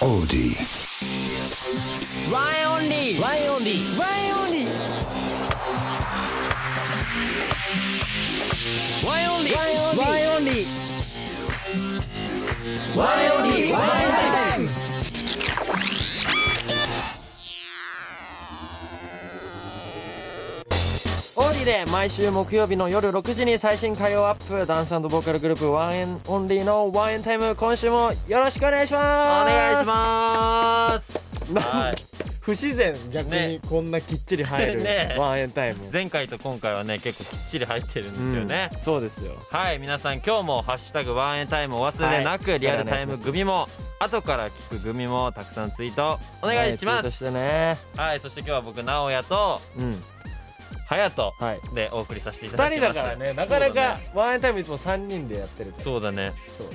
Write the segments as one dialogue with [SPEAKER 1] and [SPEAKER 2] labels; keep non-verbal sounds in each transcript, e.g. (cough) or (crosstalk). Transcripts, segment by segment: [SPEAKER 1] OD
[SPEAKER 2] ワイオンリーワイオンリーワイオンリーワイオンリーワイオンリーワイオンリーワイオンリーワイオンリーオーディで毎週木曜日の夜6時に最新火曜アップダンスボーカルグループワンエンオンリーのワンエンタイム今週もよろしくお願いします
[SPEAKER 3] お願いします
[SPEAKER 2] な
[SPEAKER 3] はい
[SPEAKER 2] 不自然逆に
[SPEAKER 3] ね
[SPEAKER 2] こんなきっちり入る、
[SPEAKER 3] (laughs) ね
[SPEAKER 2] ワンエンタイム
[SPEAKER 3] 前回と今回はね結構きっちり入ってるんですよね
[SPEAKER 2] う、んそうですよ
[SPEAKER 3] はい皆さん今日も「ハッシュタグワンエンタイム」お忘れなく、
[SPEAKER 2] はい
[SPEAKER 3] リアルタイム組も後から聞く組もたくさんツイートお願いしま
[SPEAKER 2] そ
[SPEAKER 3] す
[SPEAKER 2] してね
[SPEAKER 3] はいそして今日は僕直哉と
[SPEAKER 2] うん
[SPEAKER 3] 隼
[SPEAKER 2] はい
[SPEAKER 3] 人でお送りさせていただ
[SPEAKER 2] 2
[SPEAKER 3] き
[SPEAKER 2] 人
[SPEAKER 3] ます
[SPEAKER 2] だからねなかなかワンエンタイムいつも3人でやってるから
[SPEAKER 3] そうだね
[SPEAKER 2] そう
[SPEAKER 3] そうだ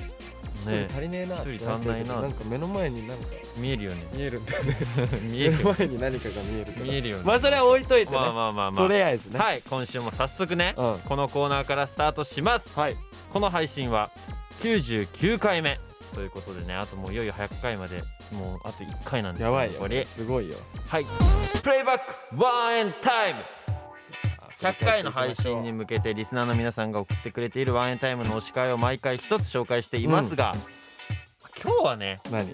[SPEAKER 3] ね
[SPEAKER 2] 1人足りねえなって
[SPEAKER 3] 一人足んないな
[SPEAKER 2] なんか目の前になんか
[SPEAKER 3] 見えるよ
[SPEAKER 2] (laughs)
[SPEAKER 3] ね
[SPEAKER 2] 見えるんだよね
[SPEAKER 3] 見
[SPEAKER 2] 目
[SPEAKER 3] える
[SPEAKER 2] の
[SPEAKER 3] よ
[SPEAKER 2] 前に何かが見えるから
[SPEAKER 3] 見えるよね
[SPEAKER 2] まあそれは置いといてね、
[SPEAKER 3] まあまあまあまあ
[SPEAKER 2] とりあえずね
[SPEAKER 3] はい今週も早速ね、
[SPEAKER 2] うん
[SPEAKER 3] このコーナーからスタートします
[SPEAKER 2] はい
[SPEAKER 3] この配信は99回目ということでねあともういよいよ100回までもうあと1回なんです
[SPEAKER 2] やばいよ
[SPEAKER 3] 残り
[SPEAKER 2] すごいよ
[SPEAKER 3] はいプレイバックワンエンタイム100回の配信に向けてリスナーの皆さんが送ってくれているワンエンタイムの推し会を毎回一つ紹介していますが、今日はね
[SPEAKER 2] 何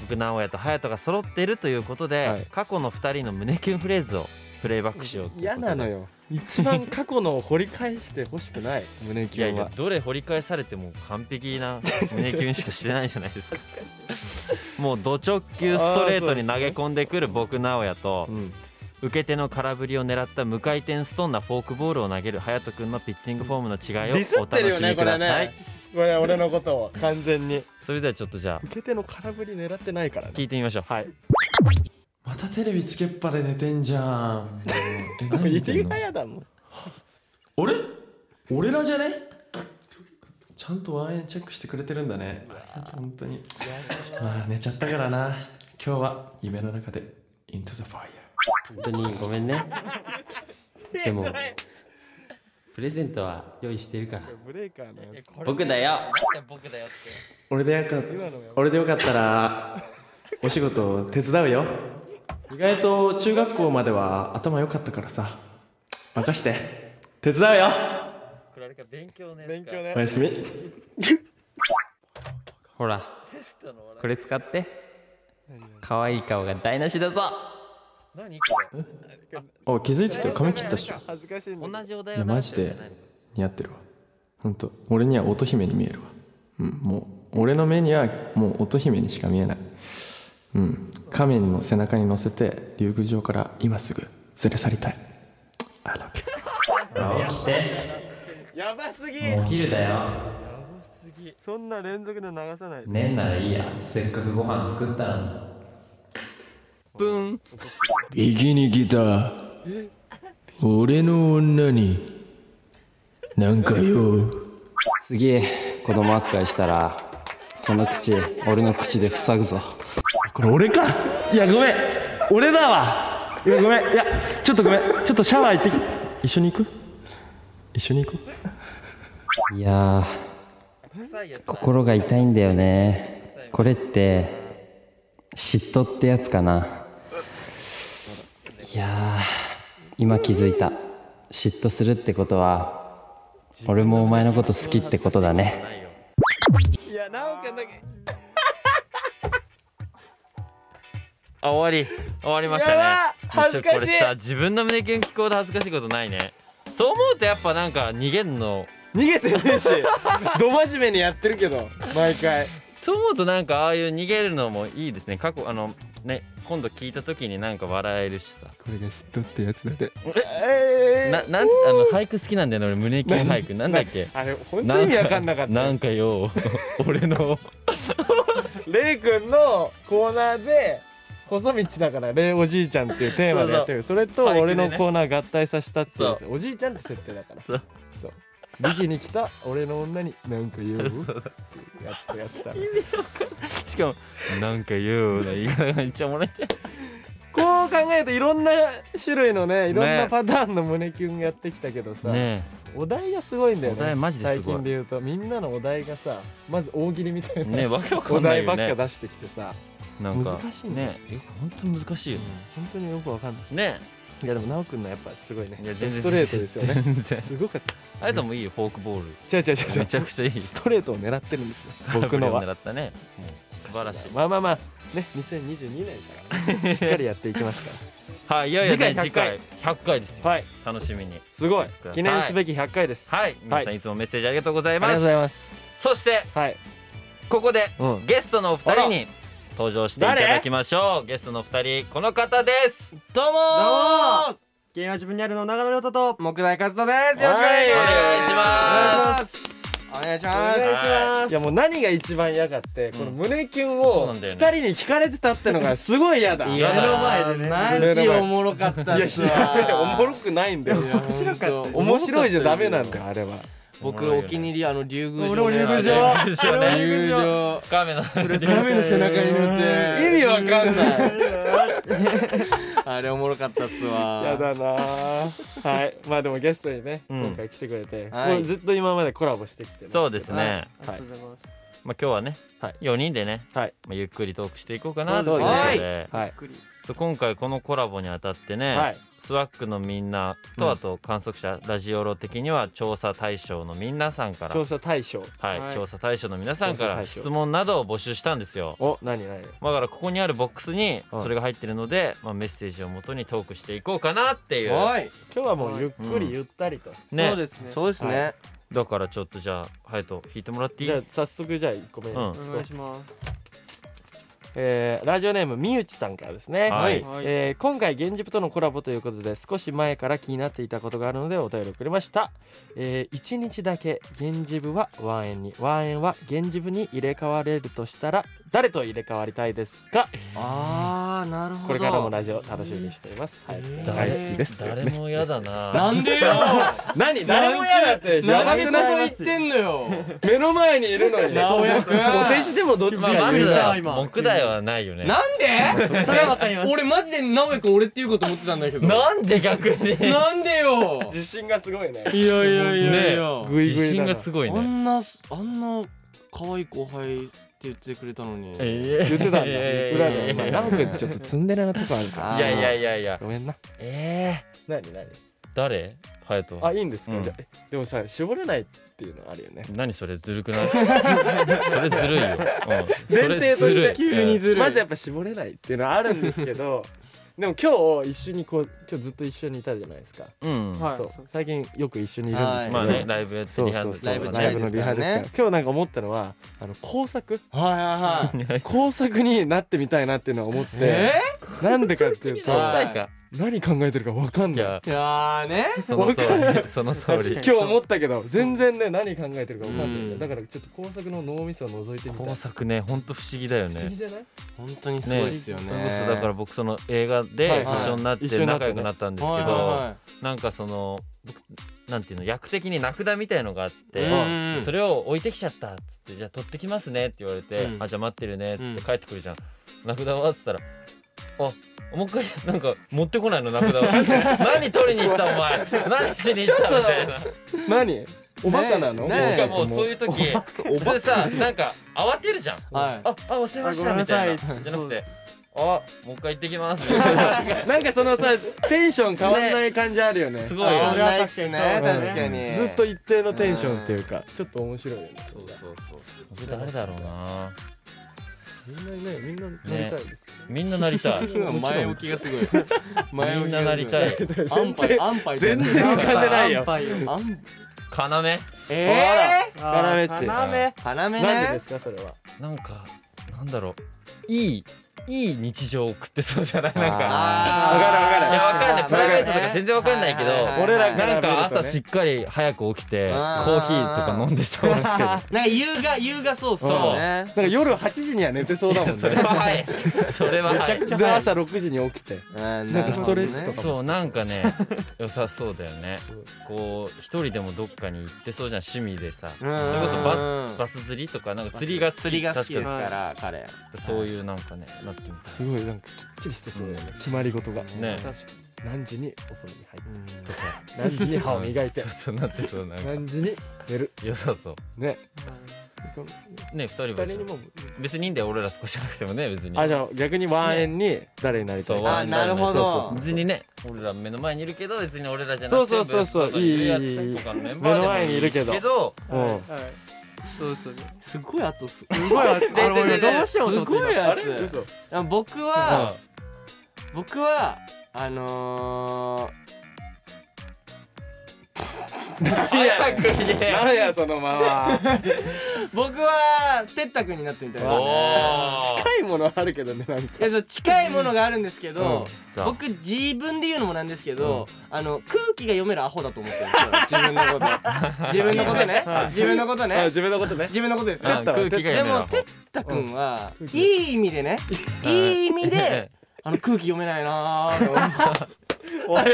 [SPEAKER 3] 僕直哉と隼人が揃っているということで、
[SPEAKER 2] はい
[SPEAKER 3] 過去の2人の胸キュンフレーズをプレイバックしようということで
[SPEAKER 2] 嫌なのよ一番過去のを掘り返してほしくない (laughs) 胸
[SPEAKER 3] い
[SPEAKER 2] キ
[SPEAKER 3] や
[SPEAKER 2] ュン
[SPEAKER 3] いや
[SPEAKER 2] は
[SPEAKER 3] どれ掘り返されても完璧な胸キュンしかしてないじゃないですかもうド直球ストレートに投げ込んでくる僕直哉と
[SPEAKER 2] うん
[SPEAKER 3] 受け手の空振りを狙った無回転ストーンなフォークボールを投げる隼人君のピッチングフォームの違いを
[SPEAKER 2] ディス
[SPEAKER 3] お
[SPEAKER 2] って
[SPEAKER 3] 楽
[SPEAKER 2] るよ
[SPEAKER 3] し
[SPEAKER 2] ね
[SPEAKER 3] み
[SPEAKER 2] こ
[SPEAKER 3] くだ
[SPEAKER 2] れ
[SPEAKER 3] さい、
[SPEAKER 2] ねこれ俺のことを完全に
[SPEAKER 3] それではちょっとじゃあ
[SPEAKER 2] 受け手の空振り狙ってないから
[SPEAKER 3] 聞
[SPEAKER 2] ね
[SPEAKER 3] いてみましょう
[SPEAKER 2] はい
[SPEAKER 4] またテレビつけっぱで寝てんじゃん。え、何見
[SPEAKER 2] 入
[SPEAKER 4] て
[SPEAKER 2] り
[SPEAKER 4] んの
[SPEAKER 2] が嫌だもん
[SPEAKER 4] あれ俺らじゃねちゃんとワンエンチェックしてくれてるんだね。ありがとう本当に。まあ寝ちゃったからな。今日は夢の中で Into the Fire。
[SPEAKER 5] 本当にごめんねでもプレゼントは用意してるから
[SPEAKER 2] ブレーカーのやつ
[SPEAKER 5] 僕だよ
[SPEAKER 3] 僕だよって
[SPEAKER 4] 俺でよか俺でよかったら、お仕事手伝うよ。意外と中学校までは頭良かったからさ。任して。手伝うよ。
[SPEAKER 3] これあれか勉強ね
[SPEAKER 2] 勉強ね
[SPEAKER 4] おやすみ。
[SPEAKER 5] ほらこれ使って可愛い顔が台無しだぞ
[SPEAKER 3] 何
[SPEAKER 4] お、気づいてたよ。髪切ったっしょ。
[SPEAKER 2] 恥ずかしいんだけど
[SPEAKER 3] 同じお題
[SPEAKER 4] いやマジで似合ってるわ本当俺には乙姫に見えるわうんもう俺の目にはもう乙姫にしか見えないうん亀にも背中に乗せて竜宮城から今すぐ連れ去りたいあら
[SPEAKER 5] 起きて
[SPEAKER 2] やばすぎ
[SPEAKER 5] もうお昼だよ
[SPEAKER 2] そんな連続で流さない
[SPEAKER 5] 寝んならいいやせっかくご飯作ったのに
[SPEAKER 6] 池に来た俺の女になんかよ
[SPEAKER 5] 次子供扱いしたらその口俺の口で塞ぐぞ
[SPEAKER 4] これ俺かいやごめん俺だわいやごめんいやちょっとごめんちょっとシャワー行ってき一緒に行く一緒に行く
[SPEAKER 5] いやー心が痛いんだよねこれって嫉妬ってやつかないやー今気づいた嫉妬するってことは俺もお前のこと好きってことだね
[SPEAKER 2] いやなおくんだけ
[SPEAKER 3] あ終わり終わりましたね
[SPEAKER 2] やば恥ずかし
[SPEAKER 3] ち
[SPEAKER 2] い
[SPEAKER 3] ょこれさ自分の胸キュン聞くほど恥ずかしいことないねそう思うとやっぱなんか逃げんの
[SPEAKER 2] 逃げてね (laughs) えしど真面目にやってるけど毎回
[SPEAKER 3] そう思うとなんかああいう逃げるのもいいですね過去あのね今度聞いた時になんか笑えるしさ
[SPEAKER 7] これが嫉妬ってやつだで
[SPEAKER 2] え
[SPEAKER 3] ななんあの俳句好きなんだよね俺胸キュン俳句なんだっけ
[SPEAKER 2] あれ本当に意味わかんなかった
[SPEAKER 3] なんかよ (laughs) 俺の
[SPEAKER 2] レイくんのコーナーで細道だからレイおじいちゃんっていうテーマでやってるそれと
[SPEAKER 3] 俳句で
[SPEAKER 2] 俺
[SPEAKER 3] ね
[SPEAKER 2] のコーナー合体させたっていうやつおじいちゃんって設定だから
[SPEAKER 3] そう
[SPEAKER 2] そう右に来た俺の女になんか言うってやつやって
[SPEAKER 3] (laughs)
[SPEAKER 2] たら
[SPEAKER 3] しかも「なんかよ」な言い方がめっちゃおもらえて
[SPEAKER 2] こう考えるといろんな種類のねいろんな
[SPEAKER 3] ね
[SPEAKER 2] パターンの胸キュンやってきたけどさ、
[SPEAKER 3] ね
[SPEAKER 2] お題がすごいんだよね
[SPEAKER 3] お題マジですごい
[SPEAKER 2] 最近で言うとみんなのお題がさまず大喜利みたい
[SPEAKER 3] え
[SPEAKER 2] な、
[SPEAKER 3] ねえわけわか
[SPEAKER 2] お
[SPEAKER 3] んない
[SPEAKER 2] 題ば
[SPEAKER 3] よ
[SPEAKER 2] っか
[SPEAKER 3] ね
[SPEAKER 2] 出してきてさ
[SPEAKER 3] なんか
[SPEAKER 2] 難しいね
[SPEAKER 3] ねえ本当難しいよね
[SPEAKER 2] 本当によくわかんない
[SPEAKER 3] ね
[SPEAKER 2] いやでも奈く君のやっぱすごいね
[SPEAKER 3] いや全然
[SPEAKER 2] ストレートですよね
[SPEAKER 3] 全然
[SPEAKER 2] すごかっ
[SPEAKER 3] あれともいいよフォークボール
[SPEAKER 2] た違う違う違う違
[SPEAKER 3] め
[SPEAKER 2] う
[SPEAKER 3] ちゃくちゃいい
[SPEAKER 2] ストレートを狙ってるんで
[SPEAKER 3] (laughs)
[SPEAKER 2] すよ僕のは
[SPEAKER 3] 狙ったねもう素晴らしい
[SPEAKER 2] まあまあまあね2022年だから、ね、しっかりやっていきますか
[SPEAKER 3] はいいよいよね次
[SPEAKER 2] 次回
[SPEAKER 3] 回100回ですよ
[SPEAKER 2] らはい
[SPEAKER 3] 楽しみに
[SPEAKER 2] すごい記念すべき100回です、
[SPEAKER 3] はい皆さんいつもメッセージありがとうござい
[SPEAKER 2] ありが
[SPEAKER 3] ま
[SPEAKER 2] と
[SPEAKER 3] す
[SPEAKER 2] うございます
[SPEAKER 3] そして
[SPEAKER 2] はい
[SPEAKER 3] ここで
[SPEAKER 2] うん
[SPEAKER 3] ゲストのお二人に登場していただきましょうゲストのお二人この方ですどうもー
[SPEAKER 1] どうもゲームは自分にあるの長野亮太と木大和人ですよろしくお願いし
[SPEAKER 3] お
[SPEAKER 1] ま
[SPEAKER 3] 願いします
[SPEAKER 1] すお願いします
[SPEAKER 3] はい
[SPEAKER 2] やもう何が一番嫌かって、この胸キュン
[SPEAKER 3] そう
[SPEAKER 2] を
[SPEAKER 3] なんだ
[SPEAKER 2] 2
[SPEAKER 3] よ
[SPEAKER 2] 人
[SPEAKER 3] ね
[SPEAKER 2] に聞かれてたってのがすごい嫌だ
[SPEAKER 3] い
[SPEAKER 2] い
[SPEAKER 3] や
[SPEAKER 2] や
[SPEAKER 1] 目の前でねマジおもろかったっすわ
[SPEAKER 2] おもろくないんだよ面白かった面白いじゃダメなんだよあれは
[SPEAKER 1] 僕お気に入りあの竜宮城
[SPEAKER 2] 俺も竜宮
[SPEAKER 3] 竜
[SPEAKER 2] 城
[SPEAKER 3] 宮城ね
[SPEAKER 1] 竜宮城
[SPEAKER 3] 亀の
[SPEAKER 1] 亀の背中に乗って
[SPEAKER 2] 意味わかんない
[SPEAKER 1] いあれおもろかったっすわ
[SPEAKER 2] やだなあはいまあでもゲストにね、
[SPEAKER 3] うん
[SPEAKER 2] 今回来てくれて、
[SPEAKER 1] はい
[SPEAKER 2] これずっと今までコラボしてきてま
[SPEAKER 3] そうです
[SPEAKER 1] はい
[SPEAKER 3] ね
[SPEAKER 1] ありがとうございます
[SPEAKER 3] まあ今日はね
[SPEAKER 2] はい
[SPEAKER 3] 4人でね
[SPEAKER 2] はい
[SPEAKER 3] まあゆっくりトークしていこうかなと
[SPEAKER 2] そう
[SPEAKER 3] いう
[SPEAKER 2] で
[SPEAKER 3] こ
[SPEAKER 2] す
[SPEAKER 3] と
[SPEAKER 2] ね
[SPEAKER 3] で
[SPEAKER 2] はい
[SPEAKER 1] ゆっくり
[SPEAKER 3] そう今回このコラボにあたって
[SPEAKER 2] は
[SPEAKER 3] ね
[SPEAKER 2] い
[SPEAKER 3] スワックのみんな
[SPEAKER 2] う
[SPEAKER 3] と
[SPEAKER 2] ん
[SPEAKER 3] あと観測者ラジオロ的には調査対象のみんなさんから
[SPEAKER 2] 調査対象
[SPEAKER 3] は
[SPEAKER 1] はいい
[SPEAKER 3] 調査対象の皆さんか
[SPEAKER 2] 調査
[SPEAKER 3] ら
[SPEAKER 2] 対象
[SPEAKER 3] 質問などを募集したんですよ
[SPEAKER 2] お何何
[SPEAKER 3] だからここにあるボックスに
[SPEAKER 2] うん
[SPEAKER 3] それが入ってるので、まあ、メッセージをもとにトークしていこうかなっていう
[SPEAKER 1] おい
[SPEAKER 2] 今日はもうゆっく
[SPEAKER 3] うん
[SPEAKER 2] りゆったりと、
[SPEAKER 3] ね
[SPEAKER 1] そうですねそうですね
[SPEAKER 3] だからちょっとじゃあ隼人引いてもらっていい
[SPEAKER 2] じゃあ早速じゃあ1個目、
[SPEAKER 3] うん
[SPEAKER 1] お願いします
[SPEAKER 2] えーラジオネームみゆちさんからですね、
[SPEAKER 3] はい
[SPEAKER 1] はい
[SPEAKER 2] えー今回源氏部とのコラボということで少し前から気になっていたことがあるのでお便りをくれました、え1日だけ源氏部はワンエンにワンエンは源氏部に入れ替われるとしたら誰と入れ替わりたいですか
[SPEAKER 1] あーなるほど
[SPEAKER 2] これからもラジオ楽しみにしています。はい、
[SPEAKER 7] 大好きですって
[SPEAKER 3] 誰
[SPEAKER 7] ね
[SPEAKER 3] も嫌だな
[SPEAKER 1] なんでよ
[SPEAKER 2] 何誰も嫌だって
[SPEAKER 1] なんで
[SPEAKER 2] やばく
[SPEAKER 1] な
[SPEAKER 2] ない
[SPEAKER 1] こと言ってんのよ
[SPEAKER 2] 目の前にいるのに。
[SPEAKER 1] 直哉君
[SPEAKER 2] お世辞でもどっち
[SPEAKER 3] ま
[SPEAKER 2] が
[SPEAKER 3] あ、ま
[SPEAKER 2] いい
[SPEAKER 3] ず
[SPEAKER 2] か
[SPEAKER 3] は木台はないよね
[SPEAKER 1] なんでそれはわかります俺マジで直哉くん俺って言うこと思ってたんだけどな
[SPEAKER 3] なんで逆に
[SPEAKER 1] んでよ
[SPEAKER 2] 自信がすごいね。
[SPEAKER 1] いやいやいやいや
[SPEAKER 2] ぐいぐ
[SPEAKER 3] 自
[SPEAKER 2] い
[SPEAKER 3] 信
[SPEAKER 2] だな
[SPEAKER 3] が。すごい
[SPEAKER 1] あ
[SPEAKER 3] ね
[SPEAKER 1] んなあんな可愛い後輩って言ってくれたのに
[SPEAKER 3] え
[SPEAKER 2] 言ってたんだ。裏
[SPEAKER 3] いやいやいやい
[SPEAKER 2] で
[SPEAKER 3] や
[SPEAKER 2] お前ラム君ちょっとツンデレなとこあるから。
[SPEAKER 1] あ
[SPEAKER 3] いやいやいやいや
[SPEAKER 2] ごめんな。
[SPEAKER 3] ええ
[SPEAKER 2] 何何。
[SPEAKER 3] 誰隼人
[SPEAKER 2] あいいんです
[SPEAKER 3] う
[SPEAKER 2] か。
[SPEAKER 3] ん
[SPEAKER 2] じゃあえでもさ絞れないっていうのある
[SPEAKER 3] (laughs)
[SPEAKER 2] よね。
[SPEAKER 3] 何それずるくないそれずるいよ、うん、
[SPEAKER 2] 前提として
[SPEAKER 3] それるい
[SPEAKER 2] まずやっぱ絞れないっていうのはあるんですけど。でも今日一緒にこう今日ずっと一緒にいたじゃないですか。
[SPEAKER 3] うん、
[SPEAKER 1] はい
[SPEAKER 2] そう最近よく一緒にいるんですけど。
[SPEAKER 3] まあねライブやって
[SPEAKER 2] そう
[SPEAKER 3] リハ
[SPEAKER 2] そう
[SPEAKER 3] の
[SPEAKER 2] そう
[SPEAKER 1] ライブ
[SPEAKER 3] とか
[SPEAKER 1] 近
[SPEAKER 2] ライ
[SPEAKER 1] い
[SPEAKER 2] ブ
[SPEAKER 1] で
[SPEAKER 2] の
[SPEAKER 1] す
[SPEAKER 2] リ
[SPEAKER 1] か
[SPEAKER 2] ハ
[SPEAKER 1] らね
[SPEAKER 2] ですから今日なんか思ったのはあの工作
[SPEAKER 1] はい
[SPEAKER 3] (laughs)
[SPEAKER 1] はいはい
[SPEAKER 2] 工作になってみたいなっていうのは思って、なんでかっていうと
[SPEAKER 1] 工作になりたい
[SPEAKER 3] なんか
[SPEAKER 2] 何考えてるかわかん
[SPEAKER 3] い
[SPEAKER 2] ない
[SPEAKER 3] や
[SPEAKER 1] いやーね
[SPEAKER 3] その通りその通り
[SPEAKER 2] 今日思ったけど全然ね何考えてるかわかんないんだ
[SPEAKER 1] うん
[SPEAKER 2] だからちょっと工作の脳みそを覗いてみたい
[SPEAKER 3] 工作ねほんと不思議だよ
[SPEAKER 2] 不思議
[SPEAKER 3] ね
[SPEAKER 2] じゃない
[SPEAKER 1] (laughs) 本当にすごいですよ
[SPEAKER 3] そ
[SPEAKER 1] ね
[SPEAKER 3] れこそだから僕その映画
[SPEAKER 2] は
[SPEAKER 3] で
[SPEAKER 2] いはい
[SPEAKER 3] 一緒になっ
[SPEAKER 2] 一緒
[SPEAKER 3] て
[SPEAKER 2] になっ
[SPEAKER 3] 仲
[SPEAKER 2] てね
[SPEAKER 3] 良くなったんです
[SPEAKER 1] はい
[SPEAKER 3] け
[SPEAKER 1] はい
[SPEAKER 3] ど
[SPEAKER 1] は
[SPEAKER 3] なんかその僕なんていうの役的に名札みたいのがあっ
[SPEAKER 1] うんう
[SPEAKER 3] て
[SPEAKER 1] ん
[SPEAKER 3] それを置いてきちゃったっつってじゃあ取ってきますねって言われて
[SPEAKER 1] うん
[SPEAKER 3] あじゃあ待ってるねっつっ
[SPEAKER 1] うん
[SPEAKER 3] て帰ってくるじゃん名札はっつったらあもう一回なんか持ってこないの名札は (laughs) 何取りに行ったお
[SPEAKER 1] (laughs)
[SPEAKER 3] 前何しに行ったみたいな
[SPEAKER 2] 何おバカなの、
[SPEAKER 1] ねえねえ
[SPEAKER 3] しかもそういう時それさなんか慌てるじゃん
[SPEAKER 1] いはい
[SPEAKER 3] あ、あ、忘れましたみたいな。じゃなくて、あ、もう一回行ってきます。
[SPEAKER 1] (laughs)
[SPEAKER 3] すごい
[SPEAKER 2] なんかそのさテンション変わんない感じあるよね
[SPEAKER 1] あ
[SPEAKER 3] よ
[SPEAKER 1] それ
[SPEAKER 3] ね。
[SPEAKER 1] は確かにね
[SPEAKER 2] そう
[SPEAKER 1] 確かに
[SPEAKER 2] ずっと一定のテンションっていうかちょっと面白いよね
[SPEAKER 1] そうそうそうそう
[SPEAKER 3] 誰だろうな。
[SPEAKER 2] みんなねみんな乗りたいですよね
[SPEAKER 3] みんななりたい。み
[SPEAKER 1] (laughs) 前置きが
[SPEAKER 3] (laughs)
[SPEAKER 1] すごい
[SPEAKER 3] んななりたい。
[SPEAKER 1] 安牌安牌
[SPEAKER 2] 全然浮かんでないよ
[SPEAKER 1] 安牌よ安
[SPEAKER 3] 要。
[SPEAKER 1] えー
[SPEAKER 2] カラメッチ
[SPEAKER 3] 要。
[SPEAKER 1] 花目
[SPEAKER 2] なんでで
[SPEAKER 1] ね
[SPEAKER 2] すかそれは
[SPEAKER 3] なんか、なんだろう。いい、いい日常を送ってそうじゃない、なんか。
[SPEAKER 1] あ
[SPEAKER 2] わかるわか
[SPEAKER 3] い
[SPEAKER 2] る
[SPEAKER 3] や、わかんない。
[SPEAKER 2] あー
[SPEAKER 3] プライベートとか全然わかんないけど。
[SPEAKER 2] 俺らが
[SPEAKER 3] なんか朝しっかり早く起きてコ
[SPEAKER 1] あー
[SPEAKER 3] ーヒーとか飲んでそうですけど
[SPEAKER 1] なんか優雅優雅そうっす
[SPEAKER 3] そう
[SPEAKER 1] よね
[SPEAKER 2] なんか夜8時には寝てそうだもん
[SPEAKER 3] それ
[SPEAKER 2] ね
[SPEAKER 3] は早いそれは早い
[SPEAKER 2] で朝6時に起きて
[SPEAKER 1] な
[SPEAKER 2] なんかストレッチとか
[SPEAKER 3] そうなんかね良さそうだよねこう一人でもどっかに行ってそうじゃん趣味でさそ
[SPEAKER 1] うん
[SPEAKER 3] れこそバスバス釣りとかなんか釣りが好き
[SPEAKER 1] 釣りが好きです
[SPEAKER 3] 確
[SPEAKER 1] から彼
[SPEAKER 3] かそういうなんかねなってみ
[SPEAKER 2] すごいなんかきっちりしてそうだよね、決まり事が、
[SPEAKER 3] たいね
[SPEAKER 2] 何時にお風呂に入って何時に歯を磨い
[SPEAKER 3] (laughs)
[SPEAKER 2] て
[SPEAKER 3] ちょっとなってそうなんか
[SPEAKER 2] 何時に寝る
[SPEAKER 3] 良さそ
[SPEAKER 2] ね
[SPEAKER 3] うね二人
[SPEAKER 2] 二人
[SPEAKER 3] は
[SPEAKER 2] にも
[SPEAKER 3] 別にいいんだよ俺ら少しじゃなくてもね別に
[SPEAKER 2] あじゃあ逆にワンエンに誰になりたい
[SPEAKER 3] そう
[SPEAKER 2] か
[SPEAKER 3] ワンエンになる
[SPEAKER 2] そうそうそう
[SPEAKER 3] 別にね俺ら目の前にいるけど別に俺らじゃなくて
[SPEAKER 2] そうそうそうそう
[SPEAKER 3] 別に
[SPEAKER 2] いいいい
[SPEAKER 3] やつとかのメンバーでも
[SPEAKER 2] 目の前にいるけど
[SPEAKER 3] けど
[SPEAKER 2] うん
[SPEAKER 1] そうそうすごい熱す
[SPEAKER 2] すごい熱い
[SPEAKER 1] で
[SPEAKER 2] あれ
[SPEAKER 1] で
[SPEAKER 2] 俺
[SPEAKER 1] で
[SPEAKER 2] どうしようと思って
[SPEAKER 1] すごいやつ
[SPEAKER 2] あれ嘘
[SPEAKER 1] あ僕は、僕はあの
[SPEAKER 3] 早く言え
[SPEAKER 2] なんやそのまま
[SPEAKER 1] ー、僕はてったくんになってみたいな
[SPEAKER 3] おー
[SPEAKER 2] 近いものあるけどねなんか
[SPEAKER 1] いやそう近いものがあるんですけど、
[SPEAKER 3] うん
[SPEAKER 1] 僕自分で言うのもなんですけど、あの空気が読めるアホだと思ってるんですよ自分のこと自分のことね
[SPEAKER 2] はい
[SPEAKER 1] 自分のこと
[SPEAKER 2] あ
[SPEAKER 1] ね
[SPEAKER 2] 自分のことね
[SPEAKER 1] 自分のことです
[SPEAKER 3] うん
[SPEAKER 1] よ
[SPEAKER 2] たわ
[SPEAKER 3] 空気が
[SPEAKER 1] で
[SPEAKER 3] 読め
[SPEAKER 1] も
[SPEAKER 3] ろ
[SPEAKER 1] てったくんは、いい意味でねいい意
[SPEAKER 3] (laughs)
[SPEAKER 1] 味であの空気読めないなーって思って